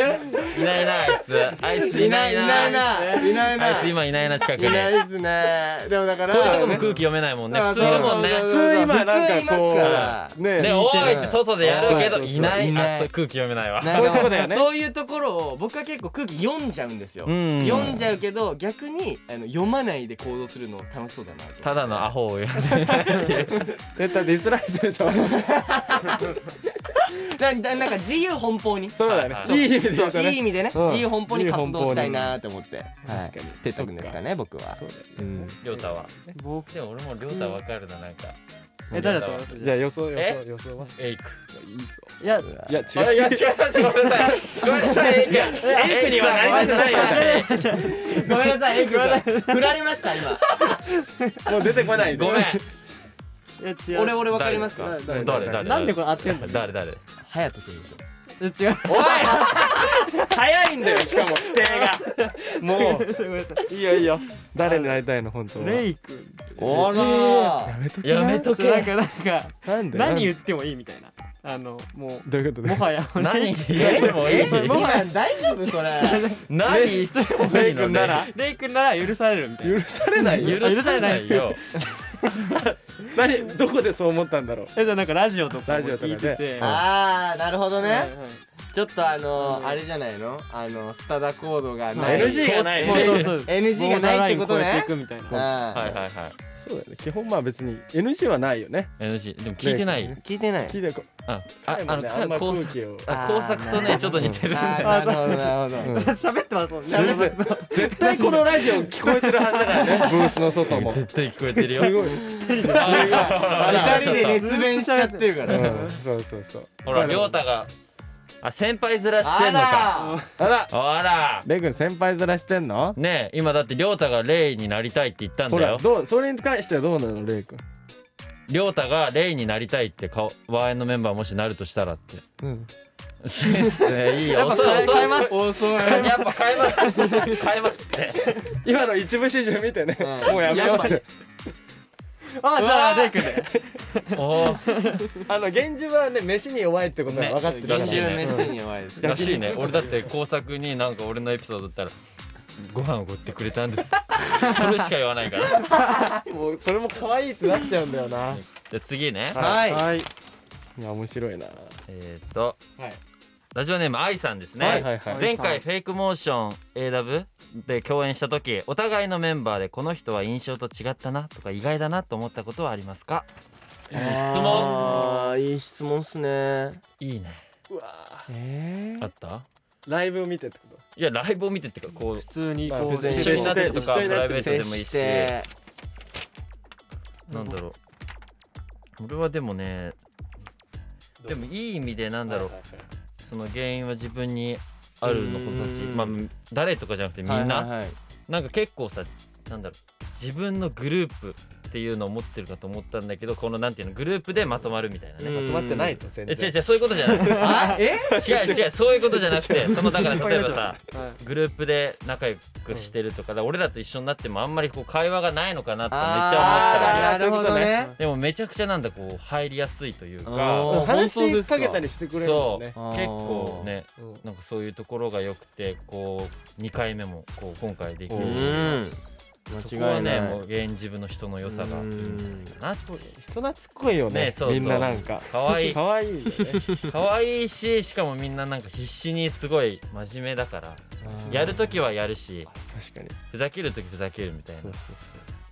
[SPEAKER 3] いないなあいつあいつい
[SPEAKER 1] い
[SPEAKER 3] な
[SPEAKER 1] ないい
[SPEAKER 3] ない
[SPEAKER 1] ないないいないな
[SPEAKER 3] あ
[SPEAKER 1] い
[SPEAKER 3] いつ今いないな近くに
[SPEAKER 1] いないですねでもだから
[SPEAKER 3] こういうとこも空気読めないもんね
[SPEAKER 1] あ
[SPEAKER 3] 普通だもんね
[SPEAKER 1] そうそう
[SPEAKER 2] 普
[SPEAKER 1] そう
[SPEAKER 2] 通今なんかこ
[SPEAKER 1] 普通いま
[SPEAKER 3] (laughs)
[SPEAKER 1] す
[SPEAKER 2] うね
[SPEAKER 3] ね
[SPEAKER 2] こ
[SPEAKER 3] おーいって外でやるけど
[SPEAKER 1] そうそうそう
[SPEAKER 3] いない
[SPEAKER 1] いない
[SPEAKER 3] あそう空気読めないわ
[SPEAKER 1] なん
[SPEAKER 2] ういうと
[SPEAKER 1] か
[SPEAKER 2] こだよね
[SPEAKER 1] そういうところを僕は結構空気読んじゃうんですよ
[SPEAKER 2] ん
[SPEAKER 1] 読んじゃうけど逆にあの読まないで行動するの楽しそうだなと
[SPEAKER 3] ただのアホを言う
[SPEAKER 2] 絶対ディスられてるぞ
[SPEAKER 1] なななんか自由奔放に
[SPEAKER 2] そ
[SPEAKER 3] (laughs)
[SPEAKER 2] うだね
[SPEAKER 3] はい
[SPEAKER 2] いい意味で言
[SPEAKER 1] そう
[SPEAKER 2] とね
[SPEAKER 1] いい意味でね
[SPEAKER 2] うん
[SPEAKER 1] 自由奔放に活動したいなと思ってはい
[SPEAKER 2] 確かに
[SPEAKER 1] 哲太くんですかね僕は
[SPEAKER 2] うん
[SPEAKER 3] りょうたは
[SPEAKER 2] 僕
[SPEAKER 3] でも俺もりょうたわかるななんか
[SPEAKER 2] え誰だと思うじゃあ予想予想予想は
[SPEAKER 3] エイク
[SPEAKER 2] いいぞいやいや違う
[SPEAKER 3] あいや違いますごめんなさいごめんなさいエイクエイクにはなりたくないよね
[SPEAKER 1] ごめんな
[SPEAKER 8] (laughs)
[SPEAKER 1] さいエイク君振られました今
[SPEAKER 2] もう出てこない
[SPEAKER 3] ごめん
[SPEAKER 1] 俺俺わかります
[SPEAKER 3] 誰です
[SPEAKER 2] 誰
[SPEAKER 3] 誰誰誰なんでこれ合ってんの誰誰
[SPEAKER 1] 隼人君でしょ
[SPEAKER 3] おい
[SPEAKER 2] 早いんだよしかも規定がもういいよいいよ誰になりたいの本当は
[SPEAKER 8] レイ君
[SPEAKER 1] おら
[SPEAKER 3] やめと
[SPEAKER 8] なん
[SPEAKER 3] け
[SPEAKER 8] かなんか
[SPEAKER 2] なんで
[SPEAKER 8] 何言ってもいいみたいなあのも
[SPEAKER 7] どういうこと
[SPEAKER 8] う
[SPEAKER 7] だ
[SPEAKER 8] もはや
[SPEAKER 3] 何言ってもいい
[SPEAKER 1] ー今大丈夫そ
[SPEAKER 8] (laughs)
[SPEAKER 1] れ
[SPEAKER 3] 何言ってもいいのね
[SPEAKER 2] レイ君なら
[SPEAKER 8] レイ君なら許されるみたいな
[SPEAKER 2] 許されないよ
[SPEAKER 3] 許されないよ
[SPEAKER 2] 何どこでそう思ったんだろう
[SPEAKER 8] えじゃあなんかラジオとかも
[SPEAKER 2] ラジオとか
[SPEAKER 8] 聞
[SPEAKER 2] ね
[SPEAKER 8] いてて
[SPEAKER 1] あーなるほど
[SPEAKER 8] はい
[SPEAKER 1] ね
[SPEAKER 8] はい
[SPEAKER 1] ちょっとあのーあれじゃないのあのスタダコードがない
[SPEAKER 2] NG がない
[SPEAKER 8] もうそうそう
[SPEAKER 1] NG がないってこと
[SPEAKER 8] ボーダーライン超えて
[SPEAKER 1] ね
[SPEAKER 8] いくみたいな
[SPEAKER 1] は
[SPEAKER 3] はいはいはい
[SPEAKER 2] そうだよね基本まあ別に NG はないよね
[SPEAKER 3] NG でも聞いてない
[SPEAKER 1] 聞いてない
[SPEAKER 2] 聞いてこ
[SPEAKER 3] ああ
[SPEAKER 2] あ
[SPEAKER 3] あ
[SPEAKER 2] あ
[SPEAKER 3] の
[SPEAKER 2] のあんま
[SPEAKER 3] 工
[SPEAKER 2] 空
[SPEAKER 3] 作
[SPEAKER 2] 気を
[SPEAKER 3] あ工作とねちょっと似てる
[SPEAKER 1] あーなるほどなるほど
[SPEAKER 8] 喋ってますもんね
[SPEAKER 1] (laughs) 喋って
[SPEAKER 2] 絶対このラジオ聞こえてるはずだからねブースの外も
[SPEAKER 3] 絶対聞こえてるよ (laughs)
[SPEAKER 2] すごい、
[SPEAKER 1] 二人で
[SPEAKER 3] ね
[SPEAKER 1] 熱弁しちゃってるか
[SPEAKER 2] う
[SPEAKER 1] ら
[SPEAKER 2] ん、そうそうそう
[SPEAKER 3] ほら亮太があ先輩面してんのか
[SPEAKER 1] あ
[SPEAKER 2] あら
[SPEAKER 3] あら
[SPEAKER 2] レイ君先輩面してんの
[SPEAKER 3] ねえ今だって亮太がレイになりたいって言ったん
[SPEAKER 2] ほ
[SPEAKER 3] だ
[SPEAKER 2] ら
[SPEAKER 3] よ
[SPEAKER 2] どうそれに関してはどうなのレイ君
[SPEAKER 3] 亮太がレイになりたいって顔ワーエンのメンバーもしなるとしたらって
[SPEAKER 2] うん
[SPEAKER 3] 先生いいよ遅い遅い
[SPEAKER 1] 変えます
[SPEAKER 3] やっぱ変えます変えますって
[SPEAKER 2] 今の一部始終見てね、
[SPEAKER 1] うん
[SPEAKER 2] もうやめようっ
[SPEAKER 1] や
[SPEAKER 2] て
[SPEAKER 8] あじゃあレイ君で
[SPEAKER 3] おお
[SPEAKER 2] (laughs) あの現実はね飯に弱いってことは
[SPEAKER 3] ね
[SPEAKER 2] 分かってるから、
[SPEAKER 1] ら
[SPEAKER 3] ら
[SPEAKER 1] 現
[SPEAKER 3] し
[SPEAKER 1] 実
[SPEAKER 3] いね
[SPEAKER 1] 熱に弱いです
[SPEAKER 3] らしいね俺だって工作になんか俺のエピソードだったらご飯をごってくれたんですそれしか言わないからじゃ
[SPEAKER 2] もうそれも可愛いってなっちゃうんだよな
[SPEAKER 3] あ次ね
[SPEAKER 1] はい
[SPEAKER 2] はいいや面白いな
[SPEAKER 3] えーっと
[SPEAKER 2] はい
[SPEAKER 3] ラジオネーム愛さんですね、
[SPEAKER 2] はいはいはい
[SPEAKER 3] 前回フェイクモーション AW で共演した時お互いのメンバーでこの人は印象と違ったなとか意外だなと思ったことはありますかいい質問
[SPEAKER 1] あーいい質問っすね
[SPEAKER 3] いいね
[SPEAKER 2] え
[SPEAKER 3] あった
[SPEAKER 2] ライブを見てってこ
[SPEAKER 3] いやライブを見てってかこう
[SPEAKER 8] 普通に
[SPEAKER 2] まあ
[SPEAKER 8] こ
[SPEAKER 2] 普
[SPEAKER 8] う
[SPEAKER 2] 通に
[SPEAKER 3] 一緒になってるとか
[SPEAKER 2] 一
[SPEAKER 3] プ
[SPEAKER 2] 緒にな
[SPEAKER 3] ラ
[SPEAKER 2] っ
[SPEAKER 3] イベ
[SPEAKER 2] て
[SPEAKER 3] ートでもいい
[SPEAKER 1] 接
[SPEAKER 3] し
[SPEAKER 1] して
[SPEAKER 3] なんだろう俺はでもねでもいい意味でなん
[SPEAKER 2] と
[SPEAKER 3] だろうその原因は自分にあるのことだし
[SPEAKER 1] うーん
[SPEAKER 3] まあ誰とかじゃなくてみんな、
[SPEAKER 1] はいはいはい
[SPEAKER 3] なんか結構さなんだろう自分のグループっていうのを持ってるかと思ったんだけどこのなんていうのグループでまとまるみたいなね、
[SPEAKER 1] うん
[SPEAKER 2] まとまってないと全
[SPEAKER 3] え違う
[SPEAKER 2] 然
[SPEAKER 3] 違うそういうことじゃない
[SPEAKER 1] (laughs) あえ
[SPEAKER 3] 違う違うそういうことじゃなくてそのだから例えばさグループで仲良くしてるとかだから俺らと一緒になってもあんまりこう会話がないのかなってめっちゃ思ってたわけ
[SPEAKER 1] あ
[SPEAKER 2] あ
[SPEAKER 1] ー
[SPEAKER 2] ー
[SPEAKER 1] なるほどね
[SPEAKER 3] でもめちゃくちゃなんだこう入りやすいという
[SPEAKER 1] お
[SPEAKER 3] か
[SPEAKER 1] ー
[SPEAKER 2] 話
[SPEAKER 1] 本当で
[SPEAKER 2] し
[SPEAKER 1] すか
[SPEAKER 2] かけたりしてくれるも
[SPEAKER 3] そう
[SPEAKER 2] んね
[SPEAKER 3] 結
[SPEAKER 1] あー
[SPEAKER 3] 構ね
[SPEAKER 2] うん
[SPEAKER 3] なんかそういうところが良くてこう2回目もこう今回でき
[SPEAKER 1] う
[SPEAKER 3] るし
[SPEAKER 1] ん
[SPEAKER 3] そこはね
[SPEAKER 1] 間違いない
[SPEAKER 3] もう現自分の人の良さがいいんじゃないかなって
[SPEAKER 2] 人懐っこいよね
[SPEAKER 3] ねそうそう
[SPEAKER 2] みんななんか
[SPEAKER 3] 可愛い
[SPEAKER 2] 可愛いよね
[SPEAKER 3] 可愛いししかもみんななんか必死にすごい真面目だからやるときはやるし
[SPEAKER 2] 確かに
[SPEAKER 3] ふざけるときふざけるみたいな
[SPEAKER 2] そうそう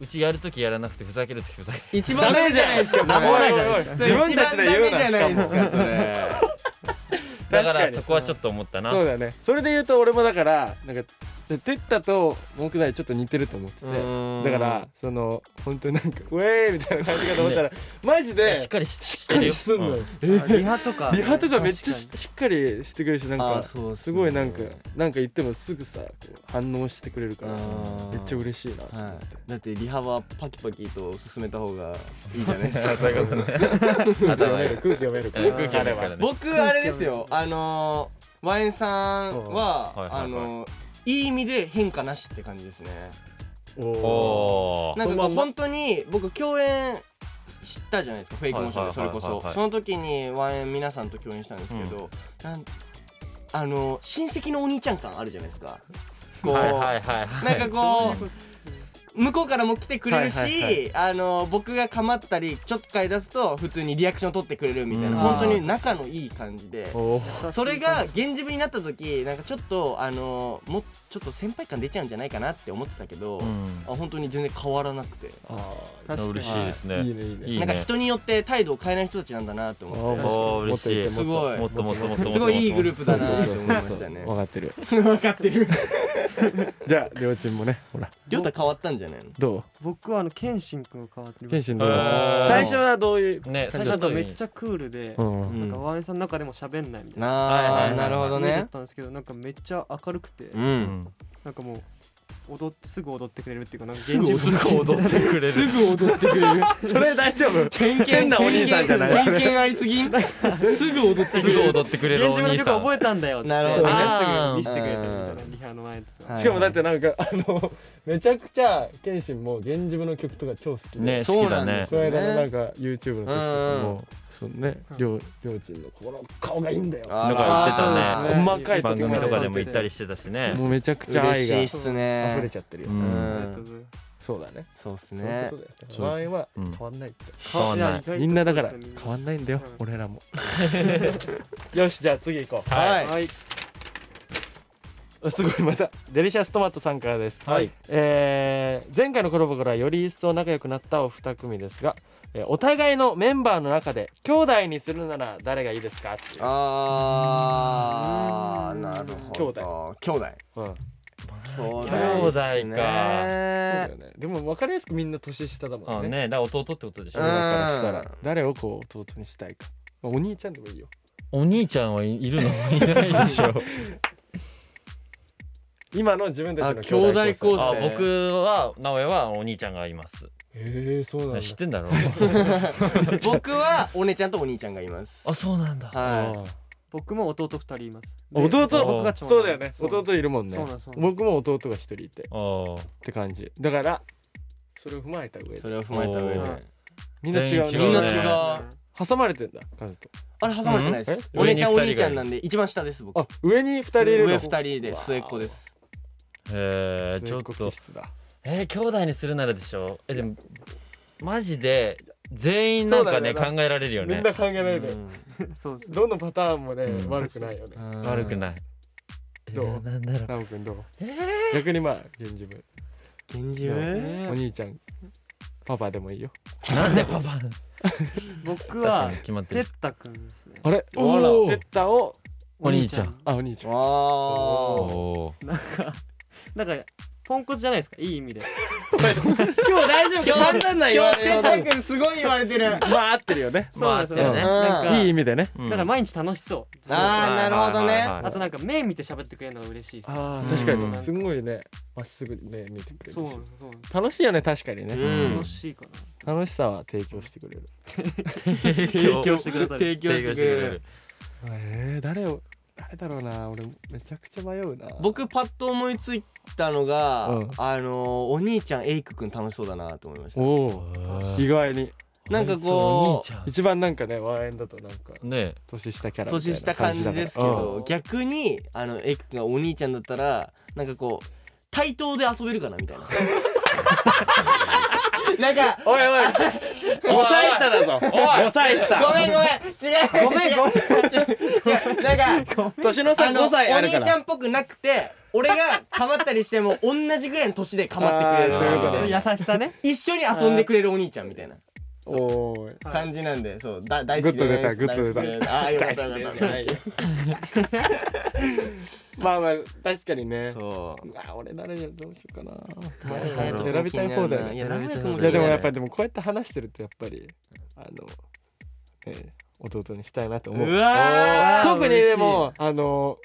[SPEAKER 3] うちやるときやらなくてふざけるときふざける
[SPEAKER 1] 一番ダメじゃないですか。
[SPEAKER 2] メじゃない
[SPEAKER 1] それ
[SPEAKER 2] 自分たちで言うな
[SPEAKER 1] 一番ダメじゃないですか。それ。
[SPEAKER 3] だか
[SPEAKER 2] 確からに
[SPEAKER 3] そこはちょっと思ったな
[SPEAKER 2] そうだねそれで言うと俺もだからなんかてったと木材ちょっと似てると思っててだからその本当になんか「ウェーイ!」みたいな感じかと思ったらマジ
[SPEAKER 3] いやしっ
[SPEAKER 2] で
[SPEAKER 3] かりししてるよ
[SPEAKER 2] すんのよ
[SPEAKER 8] リハとか
[SPEAKER 2] リハとかめっちゃししっかりしてくれるしなん
[SPEAKER 1] あ
[SPEAKER 2] か
[SPEAKER 1] ーそうっす
[SPEAKER 2] す
[SPEAKER 1] ね
[SPEAKER 2] ごいなんかなんか言ってもすぐさこう反応してくれるから
[SPEAKER 1] あー
[SPEAKER 2] めっちゃ嬉しいなと思
[SPEAKER 1] は
[SPEAKER 2] っ
[SPEAKER 1] い、だってリハはパキパキと進めた方がいいじゃな
[SPEAKER 3] (laughs)
[SPEAKER 1] いです
[SPEAKER 2] て
[SPEAKER 1] か
[SPEAKER 2] 空気読める空気読めるから
[SPEAKER 3] 空気あればね
[SPEAKER 1] (laughs) 僕あれですよあのー、ワインさん
[SPEAKER 3] は
[SPEAKER 1] は、
[SPEAKER 3] いはいはい
[SPEAKER 1] あのーいい意味で変化なしって感じですね
[SPEAKER 2] おー
[SPEAKER 3] おー
[SPEAKER 1] なんかこう
[SPEAKER 2] そのまんま
[SPEAKER 1] 本当に僕共演知ったじゃないですかフェイクモーションでそ
[SPEAKER 3] はい
[SPEAKER 1] れ
[SPEAKER 3] はいは
[SPEAKER 1] こ
[SPEAKER 3] いはいはい
[SPEAKER 1] そその時にワイン皆さんと共演したんですけど、なんあのー親戚のお兄ちゃん感あるじゃないですかこう、
[SPEAKER 3] はいはいはいは
[SPEAKER 1] ないんかこう向こうからも来てくれるし、
[SPEAKER 2] はいはいはい
[SPEAKER 1] あの僕が構ったりちょっかい出すと普通にリアクション取ってくれるみたいな、
[SPEAKER 3] うん
[SPEAKER 1] 本当に仲のいい感じで。
[SPEAKER 2] おー
[SPEAKER 1] それが現実になった時なんかちょっとあのもうちょっと先輩感出ちゃうんじゃないかなって思ってたけど、
[SPEAKER 3] うん
[SPEAKER 1] あ本当に全然変わらなくて、
[SPEAKER 2] あー
[SPEAKER 3] あ嬉しいですね
[SPEAKER 2] いいねいいね
[SPEAKER 3] いい
[SPEAKER 1] なんか
[SPEAKER 3] ね
[SPEAKER 1] 人によって態度を変えない人たちなんだなと
[SPEAKER 2] あ
[SPEAKER 1] 思っ
[SPEAKER 2] ー
[SPEAKER 1] て
[SPEAKER 3] 確かに
[SPEAKER 2] もう
[SPEAKER 3] 嬉しい
[SPEAKER 2] もっと言ってもっと
[SPEAKER 3] もっともっともっと
[SPEAKER 1] すごい
[SPEAKER 3] もっと
[SPEAKER 1] すごいいいグルー
[SPEAKER 3] プ
[SPEAKER 1] プだなって思いましたね
[SPEAKER 2] 分かってる
[SPEAKER 4] (laughs)
[SPEAKER 2] 分か
[SPEAKER 5] (laughs)
[SPEAKER 2] ってるじゃあ両チームもねほら
[SPEAKER 1] りょうた変わったんじゃないの
[SPEAKER 2] ど
[SPEAKER 8] 僕はあの謙信くんが変わって
[SPEAKER 2] う
[SPEAKER 8] る
[SPEAKER 2] 謙信どう
[SPEAKER 3] あー
[SPEAKER 2] 最初はどういう
[SPEAKER 3] ね
[SPEAKER 8] 最
[SPEAKER 3] 最
[SPEAKER 8] 初
[SPEAKER 3] 初と
[SPEAKER 8] とめ
[SPEAKER 3] め
[SPEAKER 8] っ
[SPEAKER 3] っ
[SPEAKER 8] ち
[SPEAKER 3] ち
[SPEAKER 8] ゃクールで、
[SPEAKER 2] うん
[SPEAKER 8] なんかワンエンさんの中でも喋んないみたいな
[SPEAKER 1] あ
[SPEAKER 3] はいはいは
[SPEAKER 1] ー
[SPEAKER 3] い
[SPEAKER 1] なるほど
[SPEAKER 8] 感じだ
[SPEAKER 1] ね
[SPEAKER 8] っ、たんですけどなんかめっちゃ明るくて、
[SPEAKER 1] うん
[SPEAKER 8] なんかもう踊ってすぐ踊ってくれるっていうかなんか
[SPEAKER 3] ゃ
[SPEAKER 8] 現実
[SPEAKER 3] 踊ってくれる
[SPEAKER 2] それ大丈夫変なお兄さんじゃない
[SPEAKER 1] 偏見ありすぎんすぐ踊って
[SPEAKER 3] すぐ踊ってくれるお
[SPEAKER 8] 現
[SPEAKER 3] 兄さ
[SPEAKER 8] 地の
[SPEAKER 3] ん
[SPEAKER 8] 曲覚えたんだよっつって
[SPEAKER 1] なるほど
[SPEAKER 8] なんかすぐ見せてくれたみたいな
[SPEAKER 1] う
[SPEAKER 8] リハの前とか、
[SPEAKER 1] はい
[SPEAKER 2] しかもだってなんかあのめちゃくちゃ謙信も源氏部の曲とか超好きで、
[SPEAKER 3] ね
[SPEAKER 1] そ
[SPEAKER 3] 好
[SPEAKER 1] う
[SPEAKER 3] き
[SPEAKER 1] な
[SPEAKER 3] だ
[SPEAKER 1] んで
[SPEAKER 3] ね
[SPEAKER 1] す
[SPEAKER 2] この間のなんか YouTube の曲とか
[SPEAKER 1] うんう
[SPEAKER 2] もそのね両両チームのこの顔がいいんだよ
[SPEAKER 1] あ
[SPEAKER 3] なんか言ってたね
[SPEAKER 1] ーそうです
[SPEAKER 2] 細かい
[SPEAKER 3] 番
[SPEAKER 2] とこ
[SPEAKER 3] 組
[SPEAKER 2] ま
[SPEAKER 3] と
[SPEAKER 2] で
[SPEAKER 3] かでも行ったりしてたしね
[SPEAKER 2] もうめちゃくちゃ愛
[SPEAKER 1] 嬉
[SPEAKER 2] が
[SPEAKER 1] しいっ
[SPEAKER 2] 溢
[SPEAKER 1] すね
[SPEAKER 2] れちゃってるよ、
[SPEAKER 3] うん
[SPEAKER 8] ありがとうございます
[SPEAKER 2] そうだね
[SPEAKER 1] そうっす
[SPEAKER 2] そういう
[SPEAKER 1] ね
[SPEAKER 2] ことだよね場合は変わんないって、
[SPEAKER 3] 変わんない
[SPEAKER 8] いや
[SPEAKER 2] みんなだから
[SPEAKER 8] 意外とそうですね
[SPEAKER 2] 変わんないんだよ、
[SPEAKER 8] うん
[SPEAKER 2] 俺らも (laughs) よしじゃあ次行こう
[SPEAKER 1] はい
[SPEAKER 8] はい
[SPEAKER 2] あすごいまたデリシャストマトさんからです、
[SPEAKER 3] はい
[SPEAKER 2] えー前回のコラボからより一層仲良くなったお二組ですが、えーお互いのメンバーの中で兄弟にするなら誰がいいですかっていう
[SPEAKER 1] あーなるほど
[SPEAKER 2] 兄弟
[SPEAKER 1] 兄弟
[SPEAKER 2] うんそう
[SPEAKER 1] 兄弟
[SPEAKER 3] 兄弟か
[SPEAKER 2] だよねでも分かりやすくみんな年下だも
[SPEAKER 3] あ
[SPEAKER 2] んね
[SPEAKER 3] ねだから弟ってことでし
[SPEAKER 1] うん
[SPEAKER 3] ょ
[SPEAKER 2] 俺らからしたら誰をこう弟にしたいかまあお兄ちゃんでもいいよ
[SPEAKER 3] お兄ちゃんはいいるのいないでしょ
[SPEAKER 2] 今の自分たちの
[SPEAKER 1] あ兄弟
[SPEAKER 2] 兄弟構
[SPEAKER 1] 構成
[SPEAKER 2] 成
[SPEAKER 3] あ僕は直江はお兄ちゃんがいます
[SPEAKER 2] えー、そうなんだ
[SPEAKER 3] 知ってんだろ
[SPEAKER 1] 僕はお姉ちゃんとお兄ちゃんがいます
[SPEAKER 3] あそうなんだ
[SPEAKER 2] あ
[SPEAKER 1] は
[SPEAKER 2] ー
[SPEAKER 8] 僕も弟二人いますで
[SPEAKER 2] 弟
[SPEAKER 8] 僕が長男
[SPEAKER 2] そうだよね
[SPEAKER 8] そう
[SPEAKER 2] 弟いるもんね
[SPEAKER 8] そうなんそうなん
[SPEAKER 2] 僕も弟が一人いてっ
[SPEAKER 3] あー
[SPEAKER 2] て感じだからそれを踏まえた上
[SPEAKER 1] い
[SPEAKER 2] で
[SPEAKER 1] それを踏まえた上で
[SPEAKER 3] お
[SPEAKER 8] ー
[SPEAKER 2] みんな違うね
[SPEAKER 3] 全
[SPEAKER 1] み
[SPEAKER 3] 員
[SPEAKER 1] ん
[SPEAKER 3] 違う
[SPEAKER 1] な
[SPEAKER 3] ね
[SPEAKER 1] 違う
[SPEAKER 2] 挟まれてんだカズと
[SPEAKER 1] あれ挟まれてないです
[SPEAKER 3] うんえ
[SPEAKER 1] お姉ちゃんお
[SPEAKER 3] 上に二人がい
[SPEAKER 1] 兄
[SPEAKER 3] る
[SPEAKER 1] ちゃんなんで一番下です僕
[SPEAKER 2] あ上に二人いるの
[SPEAKER 1] 上二人で末っ子です
[SPEAKER 3] えー、ち
[SPEAKER 2] 末
[SPEAKER 3] ょ
[SPEAKER 2] っ
[SPEAKER 3] っ
[SPEAKER 2] 子
[SPEAKER 3] と
[SPEAKER 2] 気質だ
[SPEAKER 3] えー、兄弟にするならでしょえでもマジで全員なんかね
[SPEAKER 2] そうだよ
[SPEAKER 3] 考えられるよ
[SPEAKER 2] みん
[SPEAKER 3] ね
[SPEAKER 2] な考えられる
[SPEAKER 8] うんそうです
[SPEAKER 2] どのパターンもね
[SPEAKER 3] うん
[SPEAKER 2] 悪くないよね
[SPEAKER 3] 悪くない
[SPEAKER 2] どう
[SPEAKER 3] えーなんだろう
[SPEAKER 2] ナム君どう
[SPEAKER 3] えー
[SPEAKER 2] 逆にまあ源氏部
[SPEAKER 1] 現
[SPEAKER 2] どう
[SPEAKER 1] 実
[SPEAKER 2] お兄ちゃんパパでもいいよ
[SPEAKER 3] なんでパパ
[SPEAKER 8] 僕は
[SPEAKER 3] 決まって
[SPEAKER 8] てっ
[SPEAKER 3] る
[SPEAKER 8] たくんですね
[SPEAKER 2] あれ
[SPEAKER 3] あら
[SPEAKER 2] おーペッタを
[SPEAKER 3] お兄ちゃん
[SPEAKER 2] あお兄ちゃん
[SPEAKER 1] あ
[SPEAKER 3] おお
[SPEAKER 1] ー
[SPEAKER 8] なんかなんかポンコツじゃないですかいい意味で
[SPEAKER 1] 今日大丈夫か散々な言わ
[SPEAKER 2] 今日
[SPEAKER 1] れ今日哲太君すごい言われてる
[SPEAKER 2] まあ合ってるよね
[SPEAKER 8] そうなんですよ
[SPEAKER 3] まあ
[SPEAKER 8] な
[SPEAKER 3] 合
[SPEAKER 8] ん
[SPEAKER 3] ってる
[SPEAKER 1] ね
[SPEAKER 8] か
[SPEAKER 2] いい意味でね
[SPEAKER 3] ー
[SPEAKER 8] だから毎日楽しそうずっと
[SPEAKER 1] あーなるほどね
[SPEAKER 3] はいはいはいはい
[SPEAKER 8] あとなんか目見て喋ってくれるのが嬉しいです
[SPEAKER 2] あ
[SPEAKER 3] ー
[SPEAKER 2] 確か
[SPEAKER 3] うん
[SPEAKER 2] にすごいねまっすぐね見てくれるし
[SPEAKER 8] そうそう
[SPEAKER 2] 楽しいよね確かに
[SPEAKER 1] う
[SPEAKER 2] ね
[SPEAKER 1] ん
[SPEAKER 8] 楽しいかな
[SPEAKER 2] 楽しさは提供してくれる
[SPEAKER 3] 提
[SPEAKER 8] 供してくださる
[SPEAKER 1] 提供してくれる
[SPEAKER 2] えー、誰を誰だろうな俺めちゃくちゃ迷うな
[SPEAKER 1] 僕パッと思いついたのが、
[SPEAKER 2] うん
[SPEAKER 1] あのーお兄ちゃんエイクくん楽しそうだなと思いました
[SPEAKER 2] おお意外に
[SPEAKER 1] なんかこう
[SPEAKER 3] う
[SPEAKER 2] 一番なんかねワンエンだとなんか
[SPEAKER 3] ね
[SPEAKER 2] 年下キャラみたい
[SPEAKER 1] 年
[SPEAKER 2] な
[SPEAKER 1] 下感じですけ
[SPEAKER 2] だからうん
[SPEAKER 1] ど逆にあのエイク君がお兄ちゃんだったらなんかこう
[SPEAKER 2] (laughs)
[SPEAKER 1] 対等で遊べるかなみたいななんか
[SPEAKER 2] おいおい5歳下だぞ5歳下
[SPEAKER 1] ごめんごめん違う
[SPEAKER 2] ごめんごめん
[SPEAKER 1] 違うなんか
[SPEAKER 2] 年の差
[SPEAKER 1] あの
[SPEAKER 2] 5歳あ
[SPEAKER 1] お
[SPEAKER 2] るか
[SPEAKER 1] 兄ちゃん
[SPEAKER 2] ら
[SPEAKER 1] っぽくなくて俺がかまったりしても同じぐらいの年でかまってくれる
[SPEAKER 8] あーそういうこと
[SPEAKER 1] あー
[SPEAKER 8] 優しさね
[SPEAKER 1] 一緒に遊んでくれるお兄ちゃんみたいな
[SPEAKER 8] おお
[SPEAKER 1] 感じなんでそうだ大好き
[SPEAKER 8] グッと出た
[SPEAKER 1] です
[SPEAKER 8] グッと出た
[SPEAKER 1] 大好きですあーよかったよかった
[SPEAKER 2] はいまあまあ確かにね
[SPEAKER 1] そう
[SPEAKER 2] わ俺誰じゃどうしようかな
[SPEAKER 1] 選
[SPEAKER 2] 選びたい方だよね
[SPEAKER 1] いや名古屋君も
[SPEAKER 2] いやでもやっ
[SPEAKER 1] り
[SPEAKER 2] ぱりでもこうやって話してるとやっぱりあの、えー弟にしたいなと思う
[SPEAKER 1] わー
[SPEAKER 2] 特にでもあの